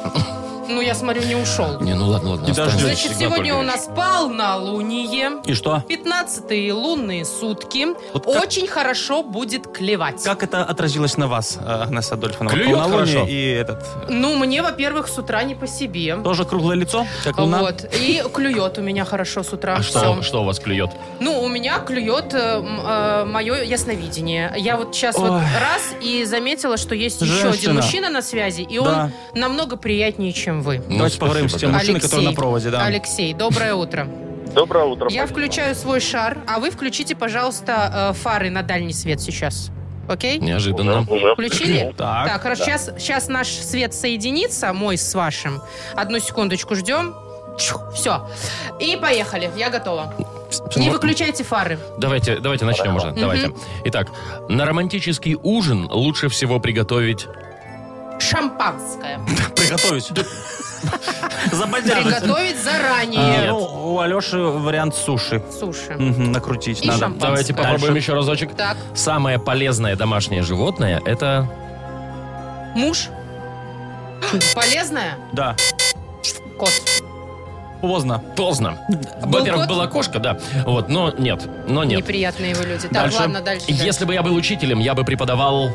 Speaker 4: ну, я смотрю, не ушел.
Speaker 2: Не, ну ладно, ладно.
Speaker 3: Не
Speaker 2: оставим.
Speaker 3: дождетесь.
Speaker 4: Значит,
Speaker 2: Игнат
Speaker 4: сегодня у
Speaker 2: Ольгович.
Speaker 4: нас полнолуние.
Speaker 3: И что?
Speaker 4: 15 лунные сутки.
Speaker 3: Вот как-
Speaker 4: Очень хорошо будет клевать.
Speaker 3: Как это отразилось на вас, э, Агнесса Адольфовна? Вот
Speaker 2: Клюет
Speaker 3: полнолуние
Speaker 2: хорошо.
Speaker 3: и этот...
Speaker 4: Ну, мне, во-первых, с утра не по себе.
Speaker 3: Тоже круглое лицо, как луна?
Speaker 4: Вот. И клюет у меня хорошо с утра.
Speaker 2: А
Speaker 4: Всё.
Speaker 2: что, что у вас клюет?
Speaker 4: Ну, у меня клюет мое ясновидение. Я вот сейчас вот
Speaker 2: Ой.
Speaker 4: раз и заметила, что есть еще
Speaker 3: Женщина.
Speaker 4: один мужчина на связи, и
Speaker 3: Да.
Speaker 4: он намного приятнее, чем вы.
Speaker 3: Давайте
Speaker 2: Ну, спасибо,
Speaker 3: поговорим с тем
Speaker 2: да.
Speaker 3: мужчиной, который на
Speaker 4: Алексей.
Speaker 3: проводе, да.
Speaker 4: Алексей, доброе утро.
Speaker 8: Доброе утро.
Speaker 4: Я включаю свой шар, а вы включите, пожалуйста, э, фары на дальний свет сейчас. Окей?
Speaker 2: Неожиданно.
Speaker 4: Включили?
Speaker 3: Так.
Speaker 4: Так, хорошо. Сейчас, сейчас наш свет соединится, мой с вашим. Одну секундочку ждем. Все. И поехали. Я готова. Не выключайте фары.
Speaker 2: Давайте, давайте начнем уже. Давайте. Итак, на романтический ужин лучше всего приготовить...
Speaker 4: Шампанское.
Speaker 3: Приготовить. Забодяжить.
Speaker 4: Приготовить
Speaker 3: А,
Speaker 4: заранее.
Speaker 3: Ну, у Алеши вариант суши.
Speaker 4: Суши.
Speaker 3: Мгм, накрутить
Speaker 4: И
Speaker 3: надо.
Speaker 4: шампанское.
Speaker 2: Давайте попробуем
Speaker 3: Дальше.
Speaker 2: еще разочек.
Speaker 4: Так,
Speaker 2: Самое полезное домашнее животное – это...
Speaker 4: муж.
Speaker 2: Хм.
Speaker 4: Полезное?
Speaker 3: Да.
Speaker 4: Кот.
Speaker 3: Поздно.
Speaker 2: Поздно.
Speaker 4: Был
Speaker 2: Во-первых,
Speaker 4: кот?
Speaker 2: была кошка, да. Вот, но нет. Но нет.
Speaker 4: Неприятные его люди. Так,
Speaker 2: Дальше.
Speaker 4: ладно, дальше. дальше.
Speaker 2: Если бы я был учителем, я бы преподавал...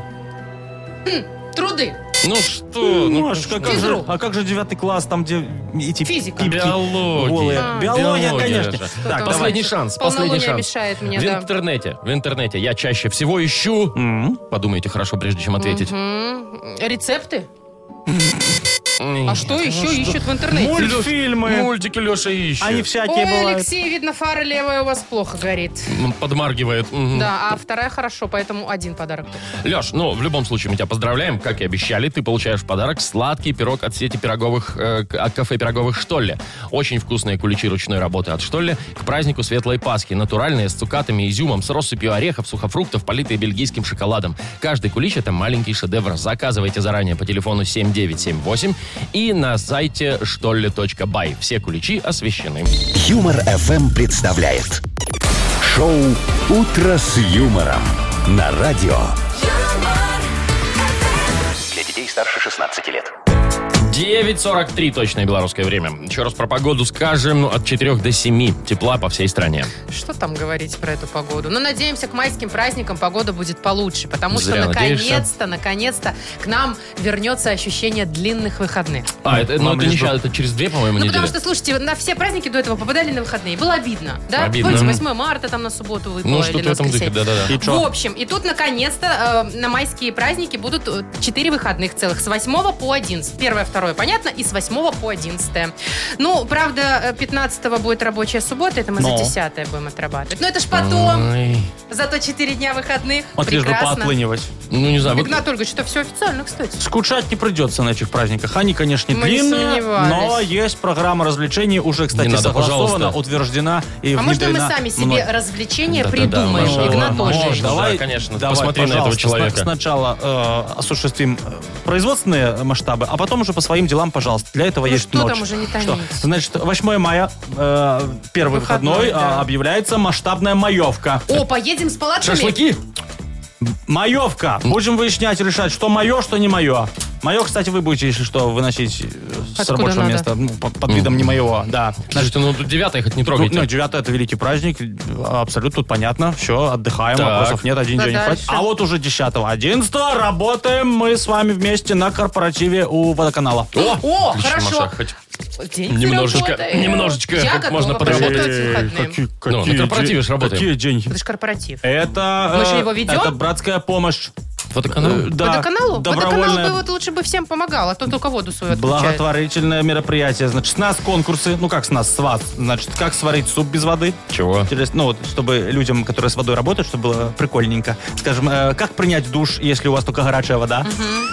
Speaker 4: Труды.
Speaker 2: Ну что? Ну,
Speaker 3: Маш, как- как
Speaker 4: Физру.
Speaker 3: же- а как же девятый класс, там, где эти
Speaker 4: Физика.
Speaker 3: пипки
Speaker 2: Биология.
Speaker 3: голые?
Speaker 4: А.
Speaker 3: Биология, конечно.
Speaker 2: же.
Speaker 4: Что
Speaker 3: Так,
Speaker 4: там?
Speaker 3: давай.
Speaker 2: Последний шанс,
Speaker 4: Полнолуние
Speaker 2: последний шанс.
Speaker 4: мешает мне,
Speaker 2: в
Speaker 4: да.
Speaker 2: интернете, в интернете я чаще всего ищу...
Speaker 3: М.
Speaker 2: Подумайте хорошо, прежде чем ответить.
Speaker 4: Мгм. Рецепты?
Speaker 2: М.
Speaker 4: А что еще ищут в интернете?
Speaker 3: Мультфильмы.
Speaker 2: Мультики Леша ищет.
Speaker 3: Они всякие
Speaker 4: Ой,
Speaker 3: бывают.
Speaker 4: Алексей, видно, фара левая у вас плохо горит.
Speaker 2: М, Подмаргивает. Мгм.
Speaker 4: Да, а вторая хорошо, поэтому один подарок.
Speaker 2: Леш, ну, в любом случае, мы тебя поздравляем. Как и обещали, ты получаешь в подарок сладкий пирог от сети пироговых, э, к- от кафе пироговых «Штолле». Очень вкусные куличи ручной работы от «Штолле» к празднику Светлой Пасхи. Натуральные, с цукатами, изюмом, с россыпью орехов, сухофруктов, политые бельгийским шоколадом. Каждый кулич – это маленький шедевр. Заказывайте заранее по телефону 7978 и на сайте «Штолле.бай». Все куличи освещены.
Speaker 1: Юмор FM представляет шоу Утро с юмором на радио.
Speaker 11: Для детей старше 16 лет.
Speaker 2: 9.43 точное белорусское время. Еще раз про погоду скажем. От 4 до 7 тепла по всей стране.
Speaker 4: Что там говорить про эту погоду? Ну, надеемся, к майским праздникам погода будет получше, потому
Speaker 2: Зря
Speaker 4: что
Speaker 2: надеешься.
Speaker 4: наконец-то, наконец-то к нам вернется ощущение длинных выходных.
Speaker 2: А, это, ну,
Speaker 3: Нам
Speaker 2: это не
Speaker 3: лишь бы-
Speaker 2: щас, это через две, по-моему,
Speaker 4: Ну,
Speaker 2: недели.
Speaker 4: потому что, слушайте, на все праздники до этого попадали на выходные. Было обидно, да?
Speaker 2: Обидно.
Speaker 4: Помните, 8 марта там на субботу выпало
Speaker 2: Ну,
Speaker 4: или
Speaker 2: что-то в
Speaker 4: на
Speaker 2: этом духе,
Speaker 4: воскресенье.
Speaker 2: да-да-да.
Speaker 3: И
Speaker 4: В
Speaker 3: чё?
Speaker 4: общем, и тут, наконец-то, э, на майские праздники будут 4 выходных целых. С 8 по 11. Первое, второе, понятно. И с 8 по 11. Ну, правда, э, 15 будет рабочая суббота. Это мы
Speaker 3: Но.
Speaker 4: за 10 будем отрабатывать. Но это ж потом.
Speaker 2: Ой.
Speaker 4: Зато 4 дня выходных.
Speaker 3: Вот лишь бы
Speaker 4: Прекрасно.
Speaker 3: поотлынивать.
Speaker 2: Ну, не знаю. вот-
Speaker 4: Игнат Ольгович, это все официально, кстати.
Speaker 3: Скучать не придется на этих праздниках. Они, конечно,
Speaker 4: Мы не
Speaker 3: длинные,
Speaker 4: сомневались.
Speaker 3: но есть программа развлечений, уже, кстати,
Speaker 2: Не надо,
Speaker 3: согласована,
Speaker 2: пожалуйста.
Speaker 3: утверждена и
Speaker 4: А можно мы
Speaker 3: внедрена
Speaker 4: сами себе
Speaker 3: мной.
Speaker 4: развлечения
Speaker 2: Да-да-да,
Speaker 4: придумаем,
Speaker 2: можно,
Speaker 4: Игнат
Speaker 2: можно.
Speaker 4: Ольгович?
Speaker 2: Ольгович.
Speaker 3: Давай,
Speaker 2: Да, конечно,
Speaker 3: давай,
Speaker 2: посмотри на этого
Speaker 3: пожалуйста,
Speaker 2: человека.
Speaker 3: сна- Сначала э, осуществим э, производственные масштабы, а потом уже по своим делам, пожалуйста. Для этого
Speaker 4: Ну
Speaker 3: есть
Speaker 4: что
Speaker 3: ночь.
Speaker 4: там уже не томить?
Speaker 3: Что? Значит, 8 мая, э, первый
Speaker 4: Выходной,
Speaker 3: выходной,
Speaker 4: да.
Speaker 3: а, объявляется масштабная маевка.
Speaker 4: О, поедем с палатками?
Speaker 2: Шашлыки?
Speaker 3: Маевка! Будем выяснять, решать, что мое, что не мое. Мое, кстати, вы будете, если что, выносить э, с
Speaker 4: Откуда
Speaker 3: рабочего
Speaker 4: надо?
Speaker 3: места ну, по- под видом не моего. Да.
Speaker 2: Слушайте, ну тут девятое хоть не
Speaker 3: Ну,
Speaker 2: трогайте.
Speaker 3: ну, 9 это великий праздник, абсолютно тут понятно, все, отдыхаем,
Speaker 2: Так.
Speaker 3: вопросов нет, один
Speaker 4: А
Speaker 3: день не хватит.
Speaker 4: дальше?
Speaker 3: А вот уже 10 11 работаем мы с вами вместе на корпоративе у водоканала.
Speaker 4: О,
Speaker 2: Отлично,
Speaker 4: хорошо.
Speaker 2: Маша, хоть-
Speaker 4: День
Speaker 2: Немножечко,
Speaker 4: заработает.
Speaker 2: немножечко
Speaker 4: Я
Speaker 2: хоть
Speaker 4: готова
Speaker 2: можно подработать.
Speaker 4: поработать в выходные.
Speaker 2: Ну, на корпоративе ж работаем.
Speaker 3: Какие деньги?
Speaker 4: Это же корпоратив.
Speaker 3: Это,
Speaker 4: Мы же
Speaker 3: э,
Speaker 4: его ведем?
Speaker 3: это братская помощь.
Speaker 2: Фотоканал?
Speaker 3: Э, да,
Speaker 4: Водоканалу? Водоканал бы
Speaker 3: добровольное
Speaker 4: вот лучше бы всем помогал, а то только воду свою отключает.
Speaker 3: благотворительное мероприятие. Значит, с нас конкурсы, ну как с нас, с вас. Значит, как сварить суп без воды.
Speaker 2: Чего?
Speaker 3: Интересно, ну вот, чтобы людям, которые с водой работают, чтобы было прикольненько. Скажем, э, как принять душ, если у вас только горячая вода?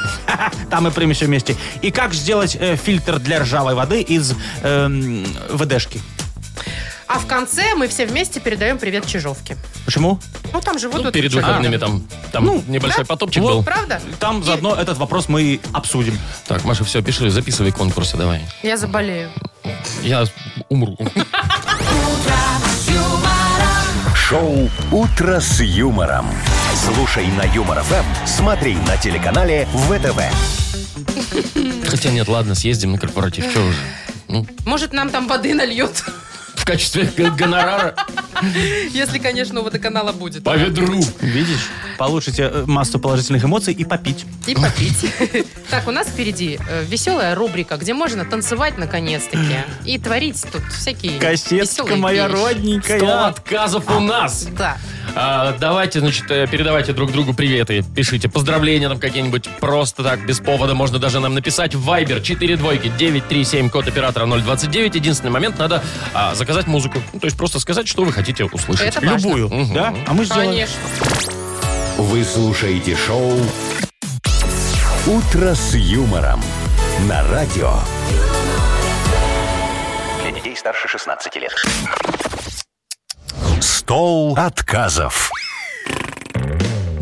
Speaker 3: Там и примем все вместе. И как сделать э, фильтр для ржавой воды из эм, ВДшки?
Speaker 4: А в конце мы все вместе передаем привет Чижовке.
Speaker 3: Почему?
Speaker 4: Ну, там же вот
Speaker 2: Ну,
Speaker 4: этот
Speaker 2: перед
Speaker 4: человек.
Speaker 3: А.
Speaker 2: выходными там, там небольшой
Speaker 4: да?
Speaker 2: потопчик
Speaker 4: Вот,
Speaker 2: был.
Speaker 4: Правда?
Speaker 3: Там заодно этот вопрос мы и обсудим.
Speaker 2: Так, Маша, все, пиши, записывай конкурсы давай.
Speaker 4: Я заболею.
Speaker 2: Я умру.
Speaker 1: Шоу Утро с юмором. Слушай на Юмор ФМ, смотри на телеканале ВТВ.
Speaker 2: Хотя нет, ладно, съездим на корпоратив. Че уже? Ну,
Speaker 4: Может, нам там воды нальют,
Speaker 2: в качестве г- гонорара
Speaker 4: если, конечно, у водоканала будет.
Speaker 2: по ведру.
Speaker 3: Видишь? Получите э, массу положительных эмоций и попить.
Speaker 4: И попить. Так, у нас впереди э, веселая рубрика, где можно танцевать наконец-таки и творить тут всякие
Speaker 3: Кассетка
Speaker 4: веселые
Speaker 3: моя
Speaker 4: вещи.
Speaker 3: родненькая.
Speaker 2: Сто отказов у нас.
Speaker 4: Да.
Speaker 2: А, давайте, значит, э, передавайте друг другу приветы. Пишите поздравления там какие-нибудь просто так, без повода. Можно даже нам написать в Viber 4 двойки 937 код оператора 029. Единственный момент, надо а, заказать музыку. Ну, то есть просто сказать, что вы хотите услышать.
Speaker 4: Это важно.
Speaker 3: Любую,
Speaker 2: Мгм.
Speaker 3: да? А мы сделаем.
Speaker 4: Конечно.
Speaker 1: Вы слушаете шоу «Утро с юмором» на радио.
Speaker 11: Для детей старше 16 лет.
Speaker 1: Стол отказов.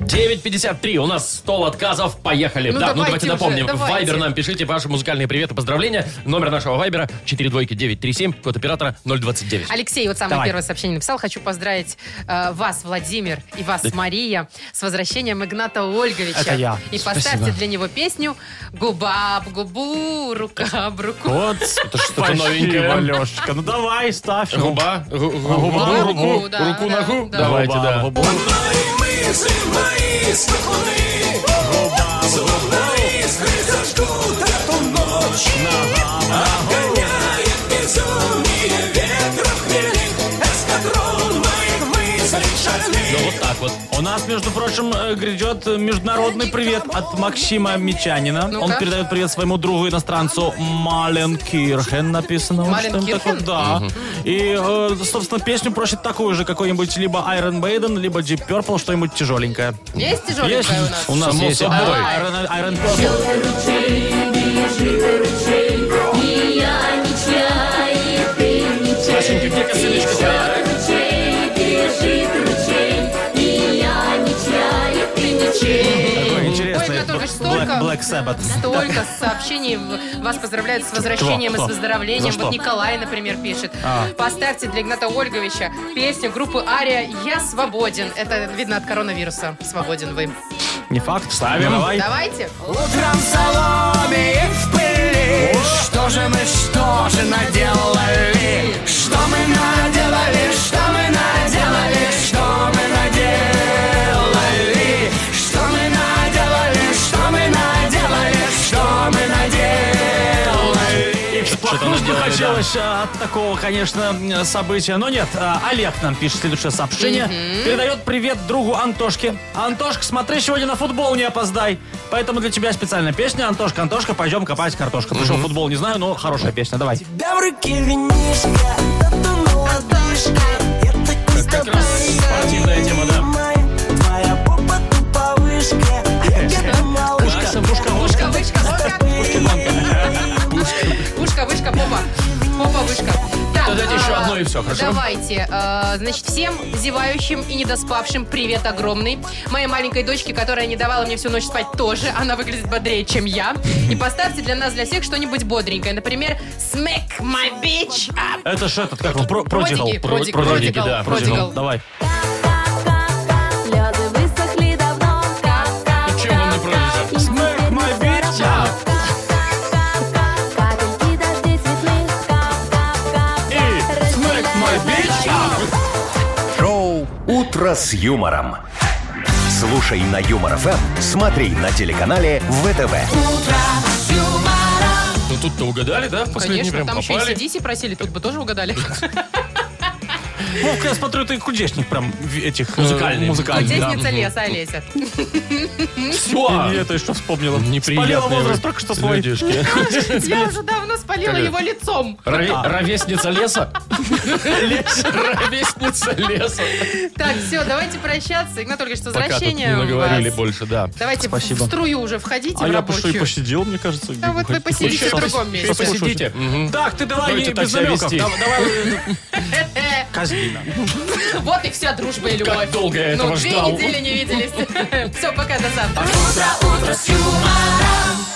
Speaker 2: 9.53. У нас стол отказов. Поехали.
Speaker 4: Ну,
Speaker 2: да, ну давайте
Speaker 4: давайте уже,
Speaker 2: напомним. В
Speaker 4: давайте.
Speaker 2: Вайбер нам пишите ваши музыкальные приветы, поздравления. Номер нашего Вайбера 4 двойки 937, код оператора 029.
Speaker 4: Алексей, вот самое
Speaker 3: Давай.
Speaker 4: первое сообщение написал. Хочу поздравить э, вас, Владимир, и вас, Мария, с возвращением Игната Ольговича.
Speaker 3: Это я.
Speaker 4: И
Speaker 2: Спасибо.
Speaker 4: поставьте для него песню «Губа об губу, рука об руку».
Speaker 3: Вот, это
Speaker 2: что-то новенькое.
Speaker 3: Алешечка. Ну давай, ставь.
Speaker 2: Губа, гу- гу-
Speaker 3: А, губа,
Speaker 2: губу,
Speaker 4: губу,
Speaker 2: руку,
Speaker 4: да,
Speaker 2: руку,
Speaker 4: да,
Speaker 2: ногу.
Speaker 4: да.
Speaker 2: Давайте,
Speaker 3: Губа,
Speaker 2: да.
Speaker 3: губа.
Speaker 2: Ну вот так вот.
Speaker 3: У нас, между прочим, э, грядет международный привет от Максима Мичанина.
Speaker 4: Ну-ка.
Speaker 3: Он передает привет своему другу иностранцу Маленкирхен написано. он, что им
Speaker 4: Маленкирхен?
Speaker 3: такое- Да. И, э, собственно, песню просит такую же, какой-нибудь либо Iron Maiden, либо Deep Purple, что-нибудь тяжеленькое.
Speaker 4: Есть тяжеленькая
Speaker 3: Есть?
Speaker 4: у нас?
Speaker 3: У нас
Speaker 2: Само
Speaker 3: есть
Speaker 2: собой.
Speaker 3: А, Iron, Iron Purple.
Speaker 2: Сашенька, где косыночка твоя?
Speaker 3: Такой интересный.
Speaker 4: Ой, у меня только
Speaker 3: Black,
Speaker 4: столько.
Speaker 3: Black Sabbath.
Speaker 4: Столько сообщений. Вас поздравляют с возвращением
Speaker 3: Кто?
Speaker 4: и с выздоровлением.
Speaker 3: За
Speaker 4: Вот
Speaker 3: что?
Speaker 4: Николай, например, пишет.
Speaker 3: А.
Speaker 4: Поставьте для Игната Ольговича песню группы Ария «Я свободен». Это видно от коронавируса. Свободен вы.
Speaker 3: Не факт. Ставим. Давай.
Speaker 4: Давайте.
Speaker 13: Утром соломи и в пыли Что же мы, что же наделали? Что мы наделали, что мы наделали, что мы наделали? Что мы наделали, что мы наделали, что мы наделали?
Speaker 2: Что-то
Speaker 3: Ну,
Speaker 2: она
Speaker 3: что
Speaker 2: делает,
Speaker 3: хотелось э, от такого, конечно, м, события. Но нет, э, Олег нам пишет следующее сообщение. Передает привет другу Антошке. Антошка, смотри, сегодня на футбол не опоздай. Поэтому для тебя специальная песня. Антошка, Антошка, пойдем копать картошку. Пришел футбол, не знаю, но хорошая песня. Давай.
Speaker 13: Тебя в руке винишка, тату молодышка Это кисть
Speaker 2: Как раз спортивная тема, да.
Speaker 13: моя, твоя попа тут повышка Я тебе малышка,
Speaker 2: Каша, пушка, пушка.
Speaker 4: Пушка, вышка, Пушка, вышка, попа. Попа, вышка. Так,
Speaker 2: Тогда
Speaker 4: а,
Speaker 2: еще одно и все, хорошо?
Speaker 4: Давайте. а, Значит, всем зевающим и недоспавшим привет огромный. Моей маленькой дочке, которая не давала мне всю ночь спать, тоже. Она выглядит бодрее, чем я. И поставьте для нас, для всех, что-нибудь бодренькое. Например, «Smack my bitch А, up».
Speaker 3: Это что этот, как он, про- продигал?
Speaker 4: Продиги,
Speaker 3: Про-
Speaker 4: продиг,
Speaker 3: продигал.
Speaker 2: продиги,
Speaker 4: продигал,
Speaker 2: да,
Speaker 4: продигал.
Speaker 3: Давай.
Speaker 14: Лёды высохли давно, как-как,
Speaker 2: Чем он не пролезет?
Speaker 3: Smack my bitch up.
Speaker 14: капельки дождей цветных, как-как-как.
Speaker 3: И smack my bitch up.
Speaker 1: Шоу «Утро с юмором». Слушай на Юмор ФМ, смотри на телеканале Э, ВТВ.
Speaker 2: Ну тут-то угадали, да? В последний
Speaker 4: Конечно,
Speaker 2: прям
Speaker 4: там еще и
Speaker 2: попали.
Speaker 4: сидите просили, тут бы тоже угадали.
Speaker 3: Вовка, я смотрю, ты кудесник прям в- этих... э,
Speaker 2: Музыкальный.
Speaker 3: Музыкальный, да.
Speaker 4: Кудесница леса, Олеся.
Speaker 2: Все.
Speaker 3: Нет, я что вспомнила.
Speaker 2: Неприятные
Speaker 3: Спалила возраст
Speaker 2: вы
Speaker 3: только что свой.
Speaker 2: людишки.
Speaker 4: Я уже давно спалила
Speaker 2: Как это?
Speaker 4: его лицом.
Speaker 2: Рове-
Speaker 3: Да.
Speaker 2: Ровесница леса? Ровесница леса.
Speaker 4: Так, все, давайте прощаться. Игнат Ольгович, с
Speaker 2: Пока тут не
Speaker 4: возвращением
Speaker 2: наговорили
Speaker 4: вас.
Speaker 2: больше, да.
Speaker 4: Давайте в
Speaker 3: Спасибо.
Speaker 4: струю уже входите
Speaker 3: А
Speaker 4: в
Speaker 3: я бы что и
Speaker 4: рабочую.
Speaker 3: посидел, мне кажется.
Speaker 4: Да А вот вы посидите в
Speaker 2: Еще
Speaker 4: другом
Speaker 2: Еще
Speaker 4: месте.
Speaker 2: посидите. Мгм.
Speaker 3: Так, ты давай
Speaker 2: Давайте
Speaker 3: не
Speaker 2: так
Speaker 3: без
Speaker 2: себя
Speaker 3: намеков.
Speaker 2: вести.
Speaker 3: Дав- Давай, э,
Speaker 4: Э,
Speaker 3: Каздина.
Speaker 4: Вот и вся дружба и любовь.
Speaker 2: Как долго я этого
Speaker 4: Ну, две
Speaker 2: ждал.
Speaker 4: недели не виделись. Все, пока, до завтра.
Speaker 13: Утро, утро с юмором